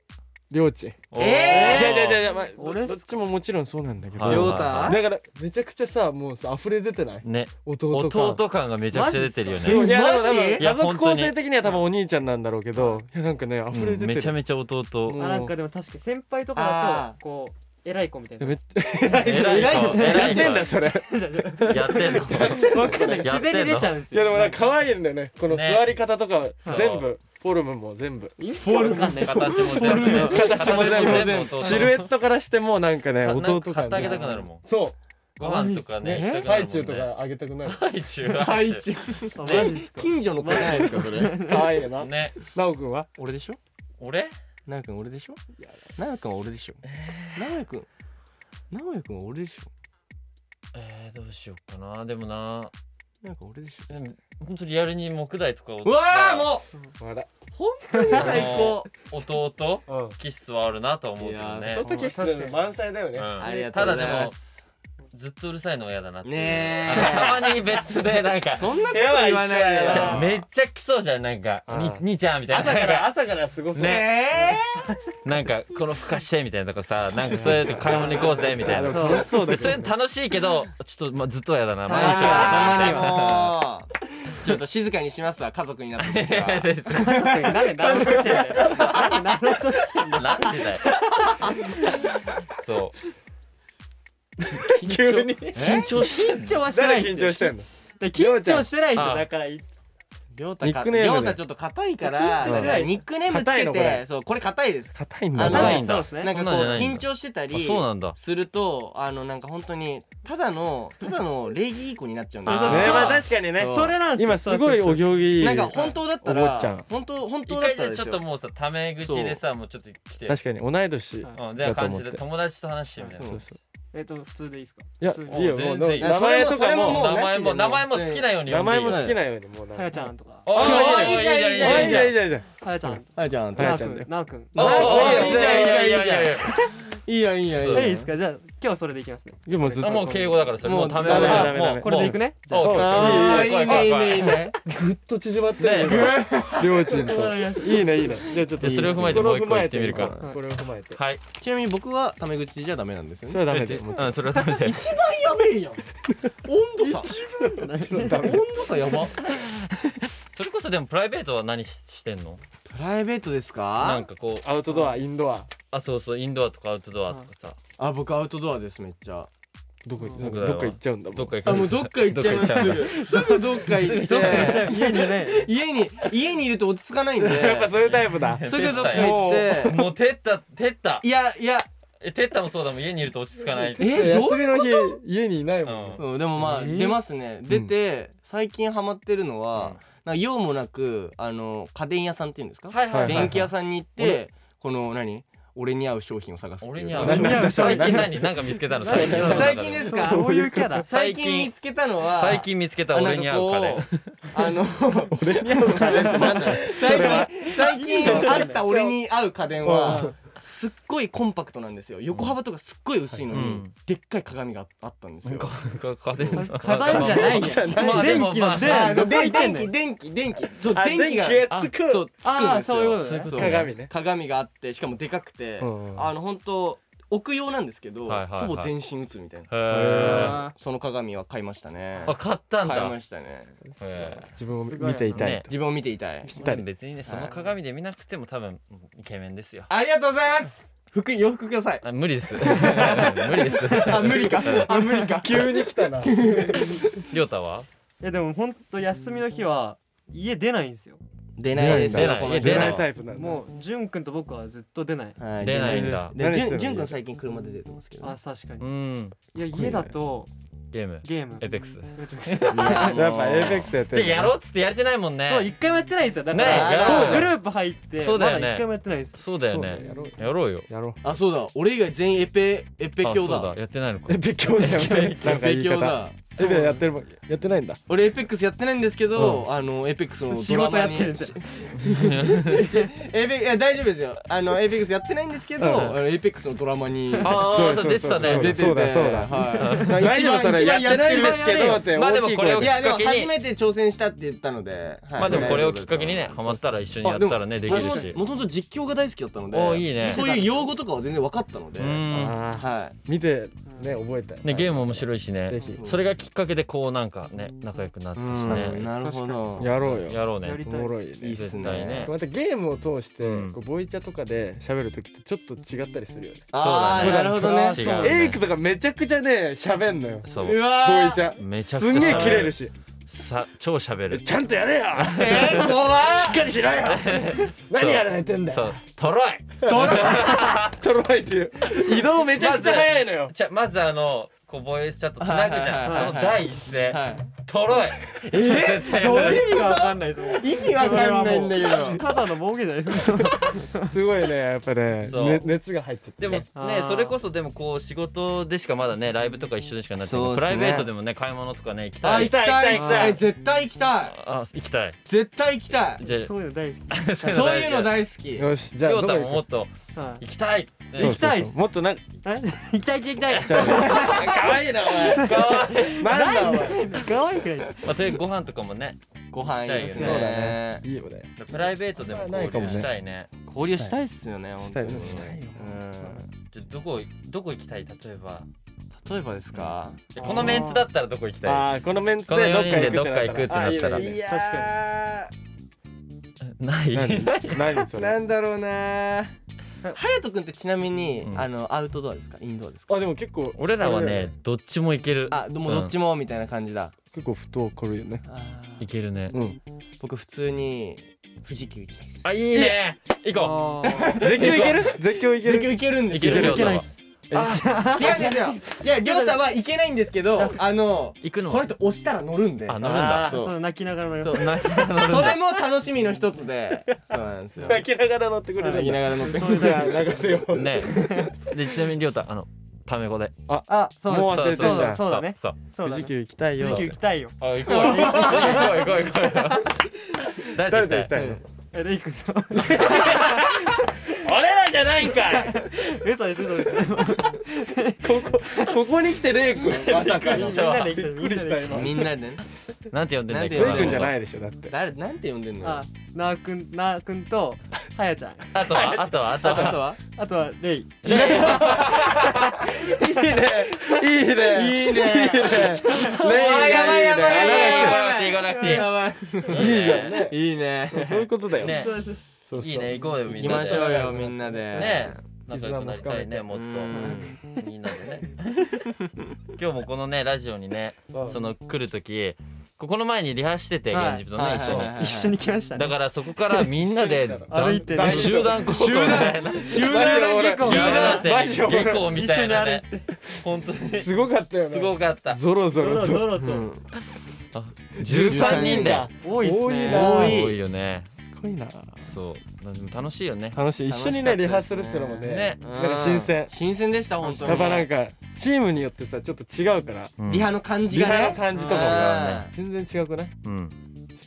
[SPEAKER 2] りょうち
[SPEAKER 1] えー
[SPEAKER 2] じゃじゃじゃじゃまあ
[SPEAKER 8] 俺
[SPEAKER 2] どどっちももちろんそうなんだけ
[SPEAKER 3] はい
[SPEAKER 2] ど
[SPEAKER 3] はい
[SPEAKER 8] りょうた
[SPEAKER 2] だからめちゃくちゃさもうさ溢れ出てない
[SPEAKER 3] ね
[SPEAKER 2] 弟感
[SPEAKER 3] 弟感がめちゃくちゃ出てるよね
[SPEAKER 2] すごいいやでも
[SPEAKER 1] マジ
[SPEAKER 2] でも
[SPEAKER 3] いや
[SPEAKER 2] 家族構成的には多分お兄ちゃんなんだろうけどいやなんかね溢れ
[SPEAKER 3] う
[SPEAKER 2] 出
[SPEAKER 3] ん
[SPEAKER 2] て
[SPEAKER 3] めちゃ
[SPEAKER 2] る
[SPEAKER 3] めちゃ弟
[SPEAKER 2] もう
[SPEAKER 8] あなんかでも確かに先輩とかだ
[SPEAKER 1] あ
[SPEAKER 8] とこう偉い子みたいな
[SPEAKER 2] めっち
[SPEAKER 3] 偉いよ
[SPEAKER 2] ゃ
[SPEAKER 3] 偉
[SPEAKER 2] やっ
[SPEAKER 3] い
[SPEAKER 2] てんだ
[SPEAKER 3] よ
[SPEAKER 2] よそれ
[SPEAKER 3] やってんの
[SPEAKER 2] わかんない
[SPEAKER 3] や
[SPEAKER 8] 自然に出ちゃうんです
[SPEAKER 2] いや
[SPEAKER 8] よ
[SPEAKER 2] でもなんか可愛いんだよねこの
[SPEAKER 3] ね
[SPEAKER 2] 座り方とか
[SPEAKER 3] そう
[SPEAKER 2] 全部フォルムも全部
[SPEAKER 8] フォール感ね
[SPEAKER 3] 形も (laughs) 全部
[SPEAKER 2] 形も全部
[SPEAKER 3] 弟
[SPEAKER 2] シルエットからしてもうなんかね
[SPEAKER 3] なんか
[SPEAKER 2] 弟感
[SPEAKER 3] 買ってあげたくなるもん
[SPEAKER 2] そ
[SPEAKER 3] ご飯とか
[SPEAKER 2] う、
[SPEAKER 3] ね
[SPEAKER 2] (laughs) ハイチュウとかあげたくなる
[SPEAKER 3] ハイチュウ
[SPEAKER 8] ハイチュウマジっすか
[SPEAKER 1] 近所の子じゃないですかそれ
[SPEAKER 2] 可愛いよな
[SPEAKER 3] ね
[SPEAKER 2] なおくんは
[SPEAKER 1] 俺でしょ
[SPEAKER 3] 俺
[SPEAKER 1] なおくん俺でしょなおくんは俺でしょなおくんなおくんは俺でしょ
[SPEAKER 3] えーどうしようかなでもな
[SPEAKER 1] なんか俺でしょ
[SPEAKER 3] でも本当リアルに木材とかを
[SPEAKER 1] うわあも
[SPEAKER 2] まだ
[SPEAKER 1] う最高
[SPEAKER 3] 弟
[SPEAKER 2] うん
[SPEAKER 3] 気質はあるなとは思うけど
[SPEAKER 1] いや
[SPEAKER 3] ね
[SPEAKER 1] ー
[SPEAKER 2] 弟キス満載だよね
[SPEAKER 3] うん
[SPEAKER 1] ありがと
[SPEAKER 3] た
[SPEAKER 1] うご
[SPEAKER 3] だ
[SPEAKER 1] ざ
[SPEAKER 3] で
[SPEAKER 1] いま
[SPEAKER 3] も
[SPEAKER 1] す
[SPEAKER 3] ずっとうるさいのは嫌だなっていう
[SPEAKER 1] ねえ
[SPEAKER 3] あのたまに別でなんか
[SPEAKER 1] (laughs) そんなこと
[SPEAKER 2] やばい
[SPEAKER 1] 言わな
[SPEAKER 2] 一緒
[SPEAKER 1] い
[SPEAKER 3] じ
[SPEAKER 2] や
[SPEAKER 3] ゃあ
[SPEAKER 1] で
[SPEAKER 3] めっちゃ来そうじゃんなんか
[SPEAKER 2] うん
[SPEAKER 3] に兄ちゃんみたい
[SPEAKER 2] 朝か
[SPEAKER 3] な
[SPEAKER 2] ら朝からすごそう
[SPEAKER 3] ね
[SPEAKER 1] え
[SPEAKER 3] なんかこの服貸してみたいなとこさなんかそういうと買い物行こうぜみたいな
[SPEAKER 2] そう楽しそうだ
[SPEAKER 3] で
[SPEAKER 2] け
[SPEAKER 3] そ
[SPEAKER 2] ど
[SPEAKER 3] れ楽しいけどちょっとまあずっとは嫌だな
[SPEAKER 1] ー、
[SPEAKER 3] 毎日は
[SPEAKER 1] あー (laughs) もうちょっと静かにしますわ家族になった時
[SPEAKER 3] 嫌だなみた
[SPEAKER 1] は
[SPEAKER 3] いな
[SPEAKER 8] なんで何としてんだよなんで何とし
[SPEAKER 3] (laughs)
[SPEAKER 8] てんだよ
[SPEAKER 3] なんでだよ。そう。
[SPEAKER 2] 急に
[SPEAKER 3] 緊張してん
[SPEAKER 8] 緊張はしてない
[SPEAKER 2] 誰
[SPEAKER 8] です
[SPEAKER 2] 緊
[SPEAKER 8] よ
[SPEAKER 2] 張してんの
[SPEAKER 8] で緊張してないです
[SPEAKER 3] あ
[SPEAKER 8] よ
[SPEAKER 3] あ
[SPEAKER 8] だからい
[SPEAKER 1] りょうた
[SPEAKER 2] ニ
[SPEAKER 1] か
[SPEAKER 2] ックネーム
[SPEAKER 1] り
[SPEAKER 2] で
[SPEAKER 1] ょうたちょっと硬いから
[SPEAKER 8] 緊張しない
[SPEAKER 1] ニックネームつ
[SPEAKER 2] 硬い
[SPEAKER 1] け
[SPEAKER 2] のこれ
[SPEAKER 1] てそうこれ硬いです
[SPEAKER 2] 硬いんだ
[SPEAKER 1] あの
[SPEAKER 3] 硬いん
[SPEAKER 8] そう
[SPEAKER 3] だ
[SPEAKER 8] で。す
[SPEAKER 1] な
[SPEAKER 8] ね
[SPEAKER 1] んかこ
[SPEAKER 3] こんな
[SPEAKER 1] う
[SPEAKER 3] んじゃないんだ
[SPEAKER 1] 緊張してた
[SPEAKER 3] あ
[SPEAKER 1] り
[SPEAKER 3] そうなんだ。
[SPEAKER 1] するとあのなんか本当にただのただの礼儀いい子になっちゃうんですよ
[SPEAKER 3] あー
[SPEAKER 2] ねまあ確かにね
[SPEAKER 8] それなんですよ
[SPEAKER 2] 今すごいお行儀いい
[SPEAKER 1] なんか本当だった
[SPEAKER 2] お坊ちゃん
[SPEAKER 1] ら本当本
[SPEAKER 3] 一
[SPEAKER 1] 当だっ
[SPEAKER 3] 回
[SPEAKER 1] たらで
[SPEAKER 3] じゃ
[SPEAKER 1] す
[SPEAKER 3] あちょっと
[SPEAKER 1] よ
[SPEAKER 3] もうさタメ口でさもうちょっと来て。
[SPEAKER 2] 確かに同い年
[SPEAKER 3] うんで感じ
[SPEAKER 2] だと思っ
[SPEAKER 3] で
[SPEAKER 2] て
[SPEAKER 3] 友達と話してみたいな
[SPEAKER 2] そ
[SPEAKER 1] そうう
[SPEAKER 2] そう
[SPEAKER 8] えっと普通でいいですか
[SPEAKER 2] いや
[SPEAKER 8] 普通に
[SPEAKER 2] いいよもう
[SPEAKER 3] 全然いい
[SPEAKER 2] 名前と
[SPEAKER 1] そ
[SPEAKER 2] か
[SPEAKER 1] れも
[SPEAKER 2] も
[SPEAKER 1] もう
[SPEAKER 3] 名前も
[SPEAKER 1] な
[SPEAKER 3] 名
[SPEAKER 1] しで
[SPEAKER 3] 前も好きなように呼
[SPEAKER 2] 名
[SPEAKER 3] んで
[SPEAKER 2] 前
[SPEAKER 3] いい
[SPEAKER 2] も好きなようにもうな
[SPEAKER 8] はやちゃんとか
[SPEAKER 3] おーいいじゃんいいじゃんいいじゃんいいじゃん
[SPEAKER 2] いいじゃんいいじゃん
[SPEAKER 8] はやちゃん
[SPEAKER 1] あじゃあ
[SPEAKER 2] は
[SPEAKER 8] な
[SPEAKER 2] や
[SPEAKER 8] お
[SPEAKER 2] ち
[SPEAKER 8] く
[SPEAKER 2] ゃんだ
[SPEAKER 8] ん
[SPEAKER 2] よ
[SPEAKER 8] なおくん
[SPEAKER 1] あ
[SPEAKER 3] おーいい
[SPEAKER 1] いい
[SPEAKER 3] じ
[SPEAKER 1] じ
[SPEAKER 3] ゃ
[SPEAKER 1] ゃ
[SPEAKER 3] ん
[SPEAKER 1] ん
[SPEAKER 3] い
[SPEAKER 1] い
[SPEAKER 3] い
[SPEAKER 1] い
[SPEAKER 3] じ
[SPEAKER 1] じ
[SPEAKER 3] ゃん
[SPEAKER 1] ゃん
[SPEAKER 3] いいじゃんいい
[SPEAKER 1] いい
[SPEAKER 3] じ
[SPEAKER 1] いいやんいいやんいい
[SPEAKER 8] え
[SPEAKER 1] やん
[SPEAKER 8] いいですかじゃあ今日それでいきますね
[SPEAKER 2] でもずっ
[SPEAKER 3] ゃん。あもう
[SPEAKER 2] と
[SPEAKER 3] 敬語だからそれもうタメ
[SPEAKER 2] もうダ
[SPEAKER 3] だ
[SPEAKER 2] メダメダメ
[SPEAKER 3] もう
[SPEAKER 8] これでいくねじゃあ
[SPEAKER 3] もうオッケーオッケー
[SPEAKER 1] あーい
[SPEAKER 3] 怖
[SPEAKER 1] いね
[SPEAKER 3] い怖い怖い
[SPEAKER 1] いいねいいね
[SPEAKER 2] ぐっと縮まってる
[SPEAKER 3] ね
[SPEAKER 2] りょうちんといいねいいねじゃあちょっ
[SPEAKER 3] じ
[SPEAKER 2] と
[SPEAKER 3] ゃあそれを踏まえてもう一個行ってみるか
[SPEAKER 2] うんこれを踏まえて
[SPEAKER 3] はい。
[SPEAKER 1] ちなみに僕はタメ口じゃダメなんですよ
[SPEAKER 2] そ
[SPEAKER 1] ね
[SPEAKER 2] れはダメでもちろん
[SPEAKER 3] うんそれはダメ (laughs) で。
[SPEAKER 1] やべえやん温度差温度差やば
[SPEAKER 3] それこそでもプライベートは何ししてんの？
[SPEAKER 1] プライベートです
[SPEAKER 3] な
[SPEAKER 1] か
[SPEAKER 3] んかこう
[SPEAKER 2] アウトドアインドア
[SPEAKER 3] あそうそうインドアとかアウトドアとかさ
[SPEAKER 1] あ僕アウトドアですめっちゃ
[SPEAKER 2] どこ
[SPEAKER 3] ん
[SPEAKER 2] どっか行っちゃうんだもん
[SPEAKER 3] どっか行く。
[SPEAKER 1] あもうどっか行っちゃいますすぐすぐどっか行っちゃう
[SPEAKER 8] 家にね
[SPEAKER 1] 家に家にいると落ち着かないんで
[SPEAKER 2] やっぱそういうタイプだ
[SPEAKER 1] すぐどっか行って
[SPEAKER 3] もうテッタテッタ
[SPEAKER 1] いやいや
[SPEAKER 3] えテッタもそうだもん家にいると落ち着かない。
[SPEAKER 1] えどう
[SPEAKER 2] 休みの日家にいないもんね
[SPEAKER 1] うん、でもまあ出ますね、出て最近ハマってるのは、なんか用もなくあの家電屋さんっていうんですか、
[SPEAKER 3] はいはいはいはい
[SPEAKER 1] 電気屋さんに行ってこの何俺に合う商品を探すっていう
[SPEAKER 3] 俺には
[SPEAKER 2] 何や
[SPEAKER 3] 最近何なんか見つけたの最近
[SPEAKER 1] 最近ですか
[SPEAKER 8] どういうキャラ
[SPEAKER 1] 最近見つけたのは
[SPEAKER 3] 最近見つけた
[SPEAKER 1] あな
[SPEAKER 3] 俺
[SPEAKER 1] ん
[SPEAKER 3] に
[SPEAKER 1] か
[SPEAKER 3] 合う
[SPEAKER 1] こ
[SPEAKER 3] 家電
[SPEAKER 1] うあの
[SPEAKER 2] 俺に合う家電ってなんだよそれは
[SPEAKER 1] 最近最近あった俺に合う家電はすっごいコンパクトなんですよ横幅とかすっごい薄いのに、
[SPEAKER 3] うん
[SPEAKER 1] でっかい鏡があったんですよ。
[SPEAKER 3] 家電
[SPEAKER 8] 課題じゃないやん
[SPEAKER 3] まあでも
[SPEAKER 8] 電気
[SPEAKER 3] まあ
[SPEAKER 8] の
[SPEAKER 3] ま
[SPEAKER 1] あの
[SPEAKER 8] 電どこ
[SPEAKER 1] で
[SPEAKER 8] 行ってん
[SPEAKER 1] 電
[SPEAKER 8] の
[SPEAKER 1] 気
[SPEAKER 8] よ
[SPEAKER 1] 電気電気そう
[SPEAKER 2] あ
[SPEAKER 1] 電気が
[SPEAKER 2] 電気がつく
[SPEAKER 1] そうつくんですよ
[SPEAKER 8] あーそういうことね
[SPEAKER 1] そう
[SPEAKER 2] 鏡ね
[SPEAKER 1] 鏡があってしかもでかくて、
[SPEAKER 2] うん
[SPEAKER 1] あの本当置く用なんですけど、
[SPEAKER 3] はいはいはい
[SPEAKER 1] ほぼ全身打つみたいな
[SPEAKER 3] へー
[SPEAKER 1] その鏡は買いましたね
[SPEAKER 3] あ買ったん
[SPEAKER 1] 買い
[SPEAKER 3] だ
[SPEAKER 1] ましたね
[SPEAKER 3] へ
[SPEAKER 2] 自分を見ていたい
[SPEAKER 3] ね
[SPEAKER 2] と
[SPEAKER 1] 自分を見ていたい
[SPEAKER 3] ー別にねその鏡で見なくても多分イケメンですよ
[SPEAKER 1] ありがとうございます服洋服ください
[SPEAKER 3] あ無理です無理です
[SPEAKER 1] あ無理かあ無理か
[SPEAKER 2] 急に来たな
[SPEAKER 3] りょうたはい
[SPEAKER 8] やでも本当休みの日は家出ないんですよ
[SPEAKER 1] (laughs) 出ないですよ
[SPEAKER 3] 出ない
[SPEAKER 1] この人
[SPEAKER 3] 出
[SPEAKER 2] 出
[SPEAKER 3] な
[SPEAKER 2] ないタイプなんだ
[SPEAKER 8] もうじゅんくんと僕はずっと出ない
[SPEAKER 1] はい
[SPEAKER 3] 出ないんだ
[SPEAKER 1] で
[SPEAKER 2] 何
[SPEAKER 1] じ
[SPEAKER 2] してんの
[SPEAKER 1] ゅんじゅんくん最近車で出てますけど
[SPEAKER 8] あ確か
[SPEAKER 3] う
[SPEAKER 8] に
[SPEAKER 3] ん
[SPEAKER 8] いや家だと
[SPEAKER 3] ゲーム
[SPEAKER 8] ゲーム
[SPEAKER 3] エペックス
[SPEAKER 1] や
[SPEAKER 2] やっぱエイペック
[SPEAKER 1] ス
[SPEAKER 2] スやって
[SPEAKER 3] で
[SPEAKER 2] る
[SPEAKER 3] やろうっつってやれてないもんね
[SPEAKER 8] そう一回もやってないんですよだか
[SPEAKER 3] ね
[SPEAKER 8] ら
[SPEAKER 3] え
[SPEAKER 8] そう
[SPEAKER 3] やろうよ
[SPEAKER 8] グループ入って
[SPEAKER 3] そうだよね
[SPEAKER 8] まだ一回もやってないんです
[SPEAKER 3] そうだよね
[SPEAKER 2] そうだよ
[SPEAKER 3] やろうよ
[SPEAKER 2] やろう
[SPEAKER 1] あそうだ俺以外全員エペエペ
[SPEAKER 3] あ
[SPEAKER 1] 教だ
[SPEAKER 3] そうやってないのか
[SPEAKER 2] エペ教だよ (laughs) ねなんか
[SPEAKER 1] エ
[SPEAKER 2] 言
[SPEAKER 1] ペ
[SPEAKER 2] い
[SPEAKER 1] 教
[SPEAKER 2] 方
[SPEAKER 1] だ
[SPEAKER 2] エペやってるもんやってないんだ
[SPEAKER 1] 俺エペックスやってないんですけど、あのエペックスの
[SPEAKER 8] 仕
[SPEAKER 1] ドラ
[SPEAKER 8] 事
[SPEAKER 1] マ
[SPEAKER 8] やっ
[SPEAKER 1] に
[SPEAKER 8] てるんですよ
[SPEAKER 1] エペいや大丈夫ですよあのエペックスやってないんですけど、あのエペックスのドラマに
[SPEAKER 3] ああ
[SPEAKER 2] そうそうそう
[SPEAKER 3] 出てた
[SPEAKER 2] そう
[SPEAKER 3] ね
[SPEAKER 1] 出てて
[SPEAKER 2] そうだそうだ
[SPEAKER 1] はい、
[SPEAKER 2] 大丈夫それやってないんですけどって
[SPEAKER 3] まあで
[SPEAKER 2] 大
[SPEAKER 3] も
[SPEAKER 2] きい
[SPEAKER 3] これ
[SPEAKER 2] 声
[SPEAKER 3] を
[SPEAKER 2] で
[SPEAKER 1] いやでも
[SPEAKER 3] きっかけに
[SPEAKER 1] 初めて挑戦したって言ったので、はい
[SPEAKER 3] まあでもこれをきっかけにねハマったら一緒にやったらねできるし
[SPEAKER 1] あでももともと実況が大好きだったので
[SPEAKER 3] おーいいね
[SPEAKER 1] そういう用語とかは全然分かったので、
[SPEAKER 3] う
[SPEAKER 1] は
[SPEAKER 3] ん
[SPEAKER 2] あ
[SPEAKER 1] い
[SPEAKER 2] ー見てね覚えたよ
[SPEAKER 3] ねゲーム面
[SPEAKER 2] い
[SPEAKER 3] 白いし
[SPEAKER 2] ぜ
[SPEAKER 3] ね
[SPEAKER 2] ひ
[SPEAKER 3] それがきっかけでこうなんかね仲良くなって
[SPEAKER 1] 確
[SPEAKER 3] し
[SPEAKER 1] かに
[SPEAKER 3] ね
[SPEAKER 1] なるほど
[SPEAKER 2] やろうよ
[SPEAKER 3] やろうね
[SPEAKER 8] やり
[SPEAKER 2] お
[SPEAKER 8] たい
[SPEAKER 2] もろいね
[SPEAKER 1] いいっす
[SPEAKER 3] 絶対ね
[SPEAKER 1] ね
[SPEAKER 2] またゲームを通して、
[SPEAKER 3] うん
[SPEAKER 2] こうボイチャとかで喋るときってちょっと違ったりするよね。
[SPEAKER 1] ああ
[SPEAKER 3] そう
[SPEAKER 1] な
[SPEAKER 3] だね
[SPEAKER 1] るほどね
[SPEAKER 3] 普段とは違うね
[SPEAKER 2] エイクとかめちゃくちゃね喋んのよ。
[SPEAKER 3] そう
[SPEAKER 1] うわ
[SPEAKER 2] ボイ
[SPEAKER 1] ー
[SPEAKER 2] チャ。
[SPEAKER 3] めちゃくち
[SPEAKER 2] す
[SPEAKER 3] ゃ
[SPEAKER 2] んげえ
[SPEAKER 3] 喋
[SPEAKER 2] 切れるし、
[SPEAKER 3] さ超喋る
[SPEAKER 2] ちゃんとやれよ。
[SPEAKER 1] えー、怖い
[SPEAKER 2] しっかりしろよ。何やられてんだ
[SPEAKER 3] そ
[SPEAKER 2] よ。
[SPEAKER 3] うとろい
[SPEAKER 2] トロイっていう移動めちゃくちゃ早いのよ。
[SPEAKER 3] じゃあまずあのこうボイスチャットつなぐじ
[SPEAKER 1] は
[SPEAKER 3] ゃ
[SPEAKER 1] い
[SPEAKER 3] ん
[SPEAKER 1] はいはいはい
[SPEAKER 3] その第一声
[SPEAKER 1] はい
[SPEAKER 3] とろい絶対やる
[SPEAKER 8] 意味がわかんないですもう
[SPEAKER 1] 意味わかんないんだけど
[SPEAKER 8] ただの暴言じゃないですか
[SPEAKER 2] すごいねやっぱね
[SPEAKER 3] そう
[SPEAKER 2] ね熱が入っちゃって
[SPEAKER 3] でもね
[SPEAKER 8] あー
[SPEAKER 3] それこそでもこう仕事でしかまだねライブとか一緒でしかなくて、
[SPEAKER 1] そうっ
[SPEAKER 3] プ
[SPEAKER 1] すね
[SPEAKER 3] ライベートでもね買い物とかね行き
[SPEAKER 1] あ
[SPEAKER 3] たい
[SPEAKER 1] 行きたい
[SPEAKER 3] 行き
[SPEAKER 1] 行き
[SPEAKER 3] た
[SPEAKER 1] た
[SPEAKER 3] い
[SPEAKER 1] い絶対行きたい
[SPEAKER 3] あ行きたい
[SPEAKER 1] 絶対行きたい
[SPEAKER 3] じゃ
[SPEAKER 8] そういうの大好
[SPEAKER 3] あ
[SPEAKER 1] そういうの大好き
[SPEAKER 2] よしじゃあ
[SPEAKER 3] 亮
[SPEAKER 2] どこ
[SPEAKER 3] 太
[SPEAKER 2] 行
[SPEAKER 3] ももっ
[SPEAKER 2] く
[SPEAKER 3] と
[SPEAKER 8] きはい
[SPEAKER 3] 行きたいね
[SPEAKER 2] そうそうそう
[SPEAKER 8] 行きたいっす
[SPEAKER 2] もっとなんか
[SPEAKER 8] え行きたい行きたい
[SPEAKER 2] じゃあね可愛いなお前
[SPEAKER 3] かわいい
[SPEAKER 2] なんだお前
[SPEAKER 8] 可愛くないです
[SPEAKER 3] まあとりあえずご飯とかもね
[SPEAKER 1] ご飯いいです
[SPEAKER 3] そうだ
[SPEAKER 1] ね
[SPEAKER 2] いいよね
[SPEAKER 3] プライベートでも
[SPEAKER 2] ないか
[SPEAKER 3] 交
[SPEAKER 2] も
[SPEAKER 3] 流
[SPEAKER 2] ね
[SPEAKER 3] したいね
[SPEAKER 1] 交流したいっすよね
[SPEAKER 2] し
[SPEAKER 1] 本
[SPEAKER 2] た
[SPEAKER 1] 当
[SPEAKER 2] い
[SPEAKER 1] に
[SPEAKER 2] よしたいよ
[SPEAKER 3] じゃあどこどこ行きたい例えば
[SPEAKER 1] うん例えばですか
[SPEAKER 3] じゃあこのメンツだったらどこ行きたい
[SPEAKER 2] あーこのメンツ
[SPEAKER 3] この
[SPEAKER 2] でどっ
[SPEAKER 3] 4人
[SPEAKER 2] か行
[SPEAKER 3] で
[SPEAKER 2] く
[SPEAKER 3] どっか行くってなったら
[SPEAKER 2] あいいねいいね
[SPEAKER 8] 確か
[SPEAKER 3] ない
[SPEAKER 2] 何何
[SPEAKER 1] (laughs)
[SPEAKER 2] それ
[SPEAKER 1] んだろうな (laughs) 隼人君ってちなみに、
[SPEAKER 3] うん
[SPEAKER 1] あのアウトドアですかインドアですか
[SPEAKER 2] あでも結構
[SPEAKER 3] 俺らは
[SPEAKER 2] あれだよ
[SPEAKER 3] ねどっちも行ける
[SPEAKER 1] あでもどっちもみたいな感じだ、
[SPEAKER 2] 結構ふと来るよね
[SPEAKER 1] あー
[SPEAKER 3] 行けるね
[SPEAKER 2] うん
[SPEAKER 1] 僕普通に富士急行きたいです
[SPEAKER 3] あいいね行こう
[SPEAKER 8] あー
[SPEAKER 2] 絶叫いける絶叫いけ
[SPEAKER 1] 絶
[SPEAKER 2] る
[SPEAKER 1] 叫行けるんで
[SPEAKER 3] い
[SPEAKER 1] す
[SPEAKER 3] け
[SPEAKER 1] よ
[SPEAKER 3] るよ
[SPEAKER 1] 違
[SPEAKER 3] けない
[SPEAKER 1] うんですよじゃあ亮太は行けないんですけどあの
[SPEAKER 3] 行くの
[SPEAKER 1] この人押したら乗るんで
[SPEAKER 3] あ乗るん
[SPEAKER 8] あ
[SPEAKER 3] だ
[SPEAKER 8] ーその泣きながらのやつ
[SPEAKER 3] な
[SPEAKER 1] それも楽しみの一つでそうなんですよ
[SPEAKER 2] 泣きながら乗ってくれるん
[SPEAKER 1] 泣き
[SPEAKER 2] だ
[SPEAKER 1] ながら乗って
[SPEAKER 8] そういう
[SPEAKER 2] じゃあ流せよ
[SPEAKER 3] ねでちなみに亮太あのタメ語で
[SPEAKER 8] あそうです
[SPEAKER 2] もう忘れてんじゃん
[SPEAKER 8] そうだね
[SPEAKER 3] そう
[SPEAKER 8] そうだ
[SPEAKER 2] 富
[SPEAKER 8] ね
[SPEAKER 2] 士急行きたいよ
[SPEAKER 8] 富士急行きたいよ
[SPEAKER 3] あ行こう (laughs) よ行こう行こう行こう行こう誰
[SPEAKER 2] 誰と
[SPEAKER 3] と行き
[SPEAKER 2] 行きた
[SPEAKER 3] たい
[SPEAKER 2] いの
[SPEAKER 8] えレイ君と
[SPEAKER 3] (laughs) 俺らじゃないんかい
[SPEAKER 8] 嘘です (laughs) 嘘です
[SPEAKER 2] ここに来てレイ君まさか
[SPEAKER 8] み
[SPEAKER 2] の
[SPEAKER 8] んなで行きたい
[SPEAKER 2] びっくりした
[SPEAKER 8] みんなで
[SPEAKER 2] 今
[SPEAKER 1] みんな
[SPEAKER 8] 行き
[SPEAKER 1] でね
[SPEAKER 3] なんて呼んでんだっけ
[SPEAKER 2] レイ君じゃ
[SPEAKER 3] い
[SPEAKER 2] ないでしょだって
[SPEAKER 1] 誰なんて呼んでんの
[SPEAKER 8] あ
[SPEAKER 1] あ
[SPEAKER 8] なあくんなあくんとはやちゃん
[SPEAKER 3] あとはあとはあと
[SPEAKER 1] と
[SPEAKER 3] は
[SPEAKER 1] は
[SPEAKER 8] あとはレイ
[SPEAKER 2] いいねいいね
[SPEAKER 1] いいね
[SPEAKER 2] レイ
[SPEAKER 1] やばいや
[SPEAKER 3] (laughs)
[SPEAKER 1] ばいやばい
[SPEAKER 2] が
[SPEAKER 1] や
[SPEAKER 3] 行かなくていい行か
[SPEAKER 1] ばい
[SPEAKER 3] なくていいいいじゃんね
[SPEAKER 1] いいね
[SPEAKER 2] いいねそういうことだよ
[SPEAKER 3] ね
[SPEAKER 8] そうです
[SPEAKER 2] そうそう
[SPEAKER 3] いいね行こうよみん
[SPEAKER 1] 行き
[SPEAKER 3] な
[SPEAKER 1] ま
[SPEAKER 3] で
[SPEAKER 1] しょうよみんなで
[SPEAKER 3] ね仲良くなりたいねもっ
[SPEAKER 1] うん
[SPEAKER 3] とみんなでね (laughs) 今日もこのねラジオにねその来る時ここの前にリハしてて
[SPEAKER 8] はい
[SPEAKER 3] 現実とね一緒に
[SPEAKER 8] 一緒に来ました
[SPEAKER 3] だ
[SPEAKER 8] ね
[SPEAKER 3] からそこからみんなで
[SPEAKER 8] 歩いて
[SPEAKER 3] だん
[SPEAKER 8] ね
[SPEAKER 3] 集団行動みたいな
[SPEAKER 2] 集団
[SPEAKER 8] 結構
[SPEAKER 3] 集団って
[SPEAKER 2] マジおもろい
[SPEAKER 3] 下校みたいなね本当にす
[SPEAKER 2] すごかったよね
[SPEAKER 3] ごかった
[SPEAKER 2] ゾロゾ
[SPEAKER 8] ゾロ
[SPEAKER 2] ロゾロ
[SPEAKER 8] ゾロ
[SPEAKER 1] う
[SPEAKER 8] と
[SPEAKER 1] ん
[SPEAKER 3] 13人で
[SPEAKER 8] 多いっす
[SPEAKER 2] 多い
[SPEAKER 8] ね
[SPEAKER 2] な
[SPEAKER 3] 多いよね
[SPEAKER 2] すごいな
[SPEAKER 3] そうでも楽しいよね
[SPEAKER 2] 楽しい一緒にねリハするってのも
[SPEAKER 3] ね
[SPEAKER 2] ねなんか新鮮
[SPEAKER 1] 新鮮でした本当に
[SPEAKER 2] やっぱなんかチームによってさちょっと違うから
[SPEAKER 3] うん
[SPEAKER 1] リハの感じ
[SPEAKER 2] リ
[SPEAKER 1] が
[SPEAKER 2] ハの
[SPEAKER 1] ね
[SPEAKER 2] 感じとかも
[SPEAKER 3] がね
[SPEAKER 2] 全然違くない
[SPEAKER 3] うん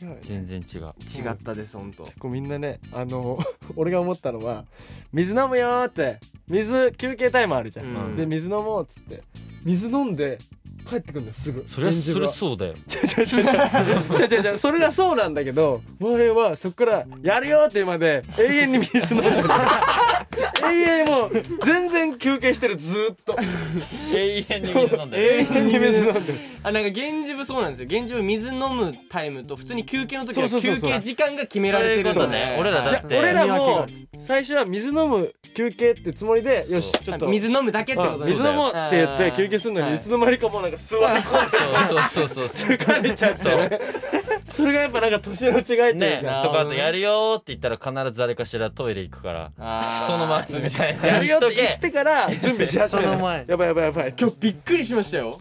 [SPEAKER 2] 違うよね
[SPEAKER 3] 全然違う
[SPEAKER 1] 違ったです本当
[SPEAKER 2] 結構みんなねあの (laughs) 俺が思ったのは「水飲むよ」って水休憩タイムあるじゃん、
[SPEAKER 1] うん
[SPEAKER 2] で水飲もうっつって水飲んで帰ってくんだよすぐ
[SPEAKER 3] そりゃ
[SPEAKER 2] エンジン
[SPEAKER 3] そりゃ
[SPEAKER 2] は
[SPEAKER 3] そうだよ
[SPEAKER 2] ちゃちゃちゃち (laughs) ゃちゃちゃそれがそうなんだけどお前はそこから「やるよ」ってまで永遠に水飲んでる永遠もう全然休憩してるずーっと
[SPEAKER 3] 永遠に水飲んで
[SPEAKER 2] 永
[SPEAKER 3] る
[SPEAKER 2] 遠に水飲んでる
[SPEAKER 1] あなんか現実部そうなんですよ現実部水飲むタイムと普通に休憩の時は
[SPEAKER 2] そうそうそう
[SPEAKER 1] 休
[SPEAKER 2] そう
[SPEAKER 1] 憩時間が決められてる
[SPEAKER 3] そう
[SPEAKER 1] の
[SPEAKER 3] だね
[SPEAKER 1] で
[SPEAKER 3] 俺ら
[SPEAKER 2] い
[SPEAKER 3] だ
[SPEAKER 2] や
[SPEAKER 3] って
[SPEAKER 2] 俺らも
[SPEAKER 8] 住み
[SPEAKER 2] 最初は水飲む休憩ってつもりでよしちょっと
[SPEAKER 1] 水飲むだけってこ
[SPEAKER 2] う
[SPEAKER 1] と
[SPEAKER 2] ん
[SPEAKER 1] です
[SPEAKER 2] 水
[SPEAKER 1] ね
[SPEAKER 2] 飲もうって言って休憩するの
[SPEAKER 1] は
[SPEAKER 2] に
[SPEAKER 1] い
[SPEAKER 2] いつの間にかもうなんか座り込んで
[SPEAKER 3] そうそうそうそう
[SPEAKER 2] 疲れちゃってねそれがやっぱなんか年の違いってい
[SPEAKER 3] ね
[SPEAKER 2] う
[SPEAKER 3] と
[SPEAKER 2] か
[SPEAKER 3] かあとやるよーって言ったら必ず誰かしらトイレ行くから
[SPEAKER 1] あー
[SPEAKER 3] そのまずみたいな
[SPEAKER 2] やるよっ
[SPEAKER 3] と
[SPEAKER 2] て言
[SPEAKER 3] け
[SPEAKER 2] ってから準備し始め
[SPEAKER 8] そ
[SPEAKER 2] る
[SPEAKER 8] の前
[SPEAKER 2] やばいやばいやばい
[SPEAKER 1] 今日びっくりしましたよ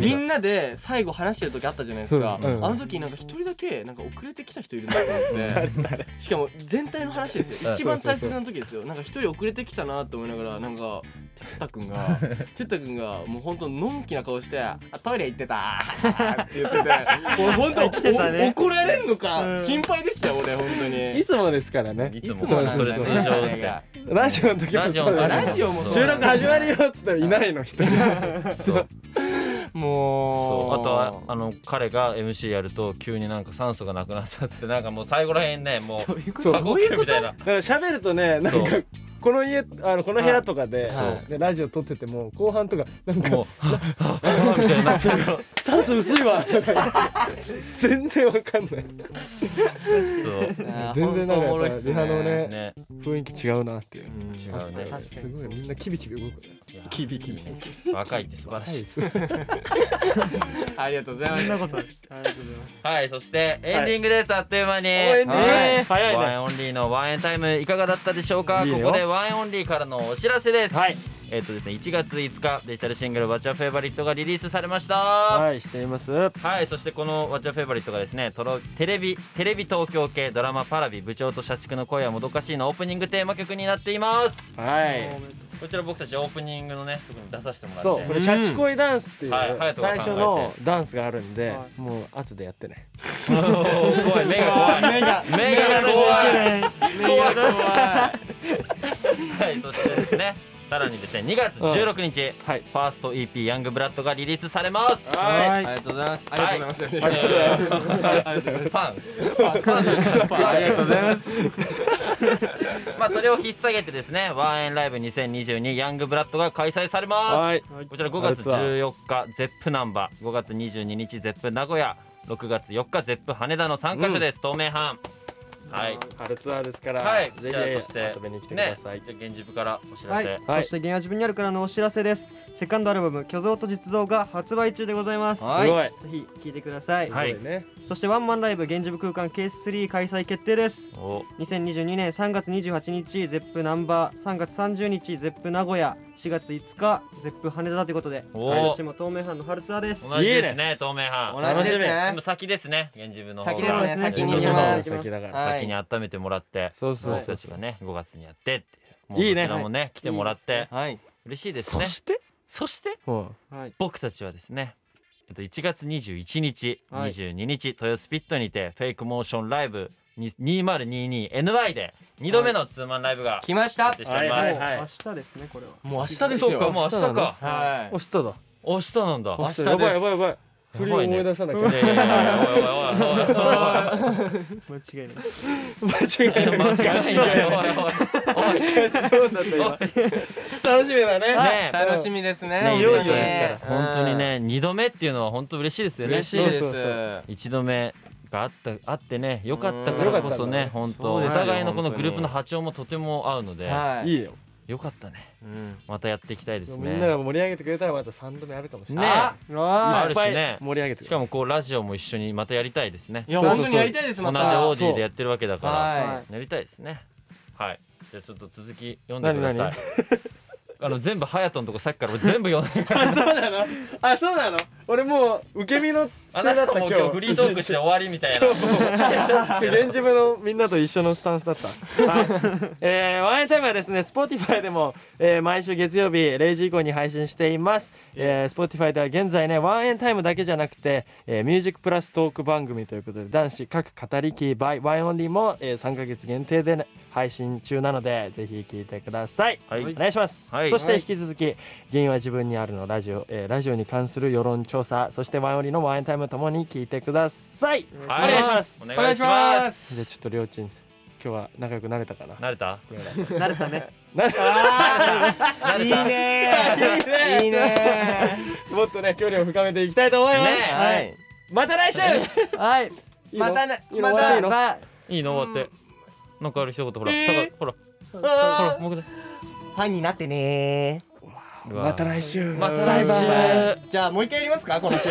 [SPEAKER 1] みんなで最後話してる時あったじゃないですか、
[SPEAKER 7] そうですうん
[SPEAKER 1] あの時なんか一人だけなんか遅れてきた人いるなと思ってしかも全体の話ですよ一番大切な時ですよなんか一人遅れてきたなと思いながらなんかてったくんがてったくんがもうほんとのんきな顔して「あトイレ行ってた」って言ってて (laughs) 俺ほんと、お怒られんのか心配でしたよ俺ほんと
[SPEAKER 2] (laughs) い
[SPEAKER 1] に。
[SPEAKER 2] つもですからね
[SPEAKER 3] いつも
[SPEAKER 1] そう
[SPEAKER 3] それ
[SPEAKER 1] です
[SPEAKER 3] 通
[SPEAKER 1] よ
[SPEAKER 3] 常
[SPEAKER 1] ね
[SPEAKER 3] で
[SPEAKER 2] ラジオの時も
[SPEAKER 3] ラジ
[SPEAKER 2] そ
[SPEAKER 3] オ
[SPEAKER 2] う
[SPEAKER 3] の
[SPEAKER 2] です
[SPEAKER 1] ラジオもそう
[SPEAKER 2] 収録始まるよっつったらいないの人
[SPEAKER 3] そ
[SPEAKER 2] も
[SPEAKER 3] う
[SPEAKER 2] う
[SPEAKER 3] あとはあの彼が MC やると急になんか酸素がなくなったっつってなんかもう最後らへんねもう
[SPEAKER 2] そう
[SPEAKER 3] 過呼吸みたいな
[SPEAKER 2] だから喋るとねなんか
[SPEAKER 3] そう
[SPEAKER 2] この家あのこの部屋とかで,、
[SPEAKER 1] はい
[SPEAKER 2] でラジオ撮ってても後半とかなんか
[SPEAKER 3] もうはぁ
[SPEAKER 2] (laughs)
[SPEAKER 3] はぁはぁみたいになってるから
[SPEAKER 2] 「酸素薄いわ」とか言って (laughs) 全然わかんない
[SPEAKER 3] そ
[SPEAKER 2] 全然なんか
[SPEAKER 1] ほとおもろ
[SPEAKER 2] やっ
[SPEAKER 1] いっ
[SPEAKER 2] ぱ
[SPEAKER 1] す
[SPEAKER 2] リハの
[SPEAKER 3] う
[SPEAKER 2] ね
[SPEAKER 3] ね
[SPEAKER 2] 雰囲気違うなっていう
[SPEAKER 3] 違うね
[SPEAKER 1] 確か
[SPEAKER 2] す
[SPEAKER 1] に
[SPEAKER 2] ごいみんなキビキビ動くね
[SPEAKER 3] キビキビ若いって素晴らしい
[SPEAKER 1] ありがとうございました
[SPEAKER 3] はいそしてエンディングですあっという間に
[SPEAKER 2] エンディング
[SPEAKER 3] はい
[SPEAKER 2] 早いね
[SPEAKER 3] ワンエンオンリーのワンエンタイムいかがだったでしょうか
[SPEAKER 2] いいよ
[SPEAKER 3] ここでワンエンオンリーからのお知らせです
[SPEAKER 2] はい
[SPEAKER 3] えっとですね1月5日デジタルシングル「バチャフェイバリット」がリリースされました
[SPEAKER 2] はいしていますは
[SPEAKER 3] はいそしてこの「ワッチャーフェイバリット」がですねトロテレビテレビ東京系ドラマ「パラビ部長と社畜の恋はもどかしい」のオープニングテーマ曲になっています
[SPEAKER 2] い
[SPEAKER 3] こちら僕たちオープニングのね特に出させてもらって
[SPEAKER 2] そうこれシャチ恋ダンスっていう
[SPEAKER 3] はい
[SPEAKER 2] 最
[SPEAKER 3] 隼人が考えて
[SPEAKER 2] 初のダンスがあるんでもう後でやってね
[SPEAKER 3] (laughs) おー怖い目が怖い目が怖い怖い怖いはいそしてですねさらにですね2月16日、
[SPEAKER 2] はい
[SPEAKER 3] ファースト EP「ヤングブラッド」がリリースされます
[SPEAKER 1] はいありがとうございますありがとうございます
[SPEAKER 3] ありがとうございます。ファン。ありがとうございます。まあそれを引っ提げてですね、ワンエンライブ2022ヤングブラッドが開催されま
[SPEAKER 2] はい
[SPEAKER 3] す。こちら5月14日ゼップナンバー、5月22日ゼップ名古屋、6月4日ゼップ羽田の3カ所です。東名阪。はい。
[SPEAKER 2] 春ツアーですから、
[SPEAKER 3] はい。
[SPEAKER 2] ぜ
[SPEAKER 3] じゃあそし
[SPEAKER 2] ひ
[SPEAKER 3] て
[SPEAKER 2] 遊びに来てください、
[SPEAKER 3] ね、じゃあ現実部からお知ら
[SPEAKER 8] はい、
[SPEAKER 3] せ。
[SPEAKER 2] はい
[SPEAKER 8] そして原野自分にあるからのお知らせですセカンドアルバム虚像と実像が発売中でございます
[SPEAKER 1] はい
[SPEAKER 8] ぜひ聴いてください、
[SPEAKER 3] は
[SPEAKER 2] すごいね
[SPEAKER 8] そしてワンマンライブ現実空間ケース3開催決定です
[SPEAKER 3] お
[SPEAKER 8] 2022年3月28日ゼップナンバー3月30日ゼップ名古屋4月5日ゼップ羽田ということで
[SPEAKER 3] お
[SPEAKER 8] こっちも東名阪の春ツアーです
[SPEAKER 3] 同じですね、東名阪。
[SPEAKER 1] 同じです
[SPEAKER 3] で
[SPEAKER 1] ね
[SPEAKER 3] も先ですね、現実部の方が。
[SPEAKER 1] 先ですね先に
[SPEAKER 8] 行
[SPEAKER 1] し
[SPEAKER 8] き
[SPEAKER 1] ます
[SPEAKER 2] 先だから、
[SPEAKER 1] はい
[SPEAKER 3] 先に温めてもらって、
[SPEAKER 2] そうそう
[SPEAKER 3] 僕
[SPEAKER 2] そう
[SPEAKER 3] たちがね5月にやってってもう
[SPEAKER 2] いいね
[SPEAKER 3] どちらもね来てもらって、
[SPEAKER 1] はい
[SPEAKER 3] 嬉しいですね
[SPEAKER 2] そして
[SPEAKER 3] そして
[SPEAKER 2] もう
[SPEAKER 3] 僕たちはですねえっと1月21日、
[SPEAKER 8] はい
[SPEAKER 3] 22日豊スピットにてフェイクモーションライブ 2022NY で2度目のツーマンライブが
[SPEAKER 1] 来ました
[SPEAKER 3] 決定しております、
[SPEAKER 2] はい
[SPEAKER 8] も
[SPEAKER 2] はいう
[SPEAKER 8] 明日ですねこれは
[SPEAKER 1] もう明日です
[SPEAKER 3] そうか
[SPEAKER 1] よ
[SPEAKER 3] もう明日か
[SPEAKER 1] はい
[SPEAKER 2] 押しただ
[SPEAKER 3] 明日なんだ
[SPEAKER 1] 明日です
[SPEAKER 2] やばいやばいやばい振り
[SPEAKER 3] やばいね
[SPEAKER 2] 思い出さなきゃ、
[SPEAKER 3] いやいやいやおいおいおいおいおいおいおいおい
[SPEAKER 8] 間違いない
[SPEAKER 2] 間違いない
[SPEAKER 3] おいおい
[SPEAKER 2] どうだった今楽しみだね
[SPEAKER 3] ねえ
[SPEAKER 1] 楽しみですね
[SPEAKER 3] ね
[SPEAKER 2] いよいよ
[SPEAKER 3] ですから本当にね2度目っていうのは本当嬉しいですよね
[SPEAKER 1] 嬉しいです
[SPEAKER 2] そうそうそ
[SPEAKER 3] 一度目があったあってね良かったか
[SPEAKER 1] うん
[SPEAKER 3] らこそね本当
[SPEAKER 1] そう
[SPEAKER 3] お
[SPEAKER 1] ですよ
[SPEAKER 3] 互いのこの
[SPEAKER 1] 本
[SPEAKER 3] グ
[SPEAKER 1] 当に
[SPEAKER 3] ループの波長もとても合うので
[SPEAKER 1] はい
[SPEAKER 2] いいよ
[SPEAKER 3] 良かったね
[SPEAKER 1] うん
[SPEAKER 3] またやっていきたいです
[SPEAKER 2] で
[SPEAKER 3] ね
[SPEAKER 2] もみんなが盛り上げてくれたらまた3度目あるかもしれない、
[SPEAKER 3] ね
[SPEAKER 1] あ
[SPEAKER 3] あ
[SPEAKER 2] い
[SPEAKER 3] る
[SPEAKER 2] っ
[SPEAKER 3] し
[SPEAKER 2] ぱ
[SPEAKER 3] ね
[SPEAKER 2] い盛り上げて
[SPEAKER 3] し
[SPEAKER 2] くれ
[SPEAKER 3] かもこうラジオも一緒にまたやりたいですね
[SPEAKER 1] いや
[SPEAKER 2] そうそうそう
[SPEAKER 1] 本当にやりたいです
[SPEAKER 3] 同じ
[SPEAKER 1] ま
[SPEAKER 3] オー
[SPEAKER 1] た
[SPEAKER 3] ディでやってるわけだか
[SPEAKER 1] は
[SPEAKER 3] らやりたいですねはいじゃあちょっと続き読んでくだ
[SPEAKER 2] 何
[SPEAKER 3] さい (laughs) あの全部ハヤトのとこさっきから俺全部読んで
[SPEAKER 2] そうなのあそうなの俺もう受け身の
[SPEAKER 3] (laughs) あ
[SPEAKER 2] 姿
[SPEAKER 3] なた
[SPEAKER 2] だった
[SPEAKER 3] もう
[SPEAKER 2] 今日
[SPEAKER 3] 今日フリートークして終わりみたいな
[SPEAKER 2] 現地部のみんなと一緒のスタンスだった。はい、えーワンエンタイムはですね、Spotify でも、えー毎週月曜日0時以降に配信しています。えー、Spotify では現在ね、ワンエンタイムだけじゃなくて、えー、ミュージックプラストーク番組ということで、男子各語りキー by ワンオンリーも、えー、3ヶ月限定でね、配信中なので、ぜひ聞いてください。
[SPEAKER 3] はい
[SPEAKER 2] お願いします。
[SPEAKER 3] はい
[SPEAKER 2] そして引き続き、原因は自分にあるのラジオ、えーラジオに関する世論調査、そしてワンオンリーのワンエンタイムともに聞いてください。
[SPEAKER 3] お
[SPEAKER 2] お願いします
[SPEAKER 3] お願いします
[SPEAKER 1] す
[SPEAKER 2] じゃあちょっとりょうちん今日は仲良くなれたかな。
[SPEAKER 3] 慣れた
[SPEAKER 8] 慣れたね
[SPEAKER 1] いいねいいね
[SPEAKER 2] もっとね距離を深めていきたいと思います。
[SPEAKER 3] ねえ
[SPEAKER 1] はい
[SPEAKER 2] また来週。
[SPEAKER 8] はい
[SPEAKER 2] いいの
[SPEAKER 1] またね
[SPEAKER 2] いいの
[SPEAKER 1] ま
[SPEAKER 2] 終わっ
[SPEAKER 1] た
[SPEAKER 2] ていいの
[SPEAKER 8] バイ
[SPEAKER 3] いいの終わってなんかある一言ほら
[SPEAKER 1] え
[SPEAKER 3] ほらほらもう一回
[SPEAKER 1] ファンになってね
[SPEAKER 3] また来週また
[SPEAKER 2] バ
[SPEAKER 3] 来
[SPEAKER 2] イ
[SPEAKER 3] 週
[SPEAKER 2] バイ
[SPEAKER 1] じゃあもう一回やりますかこの週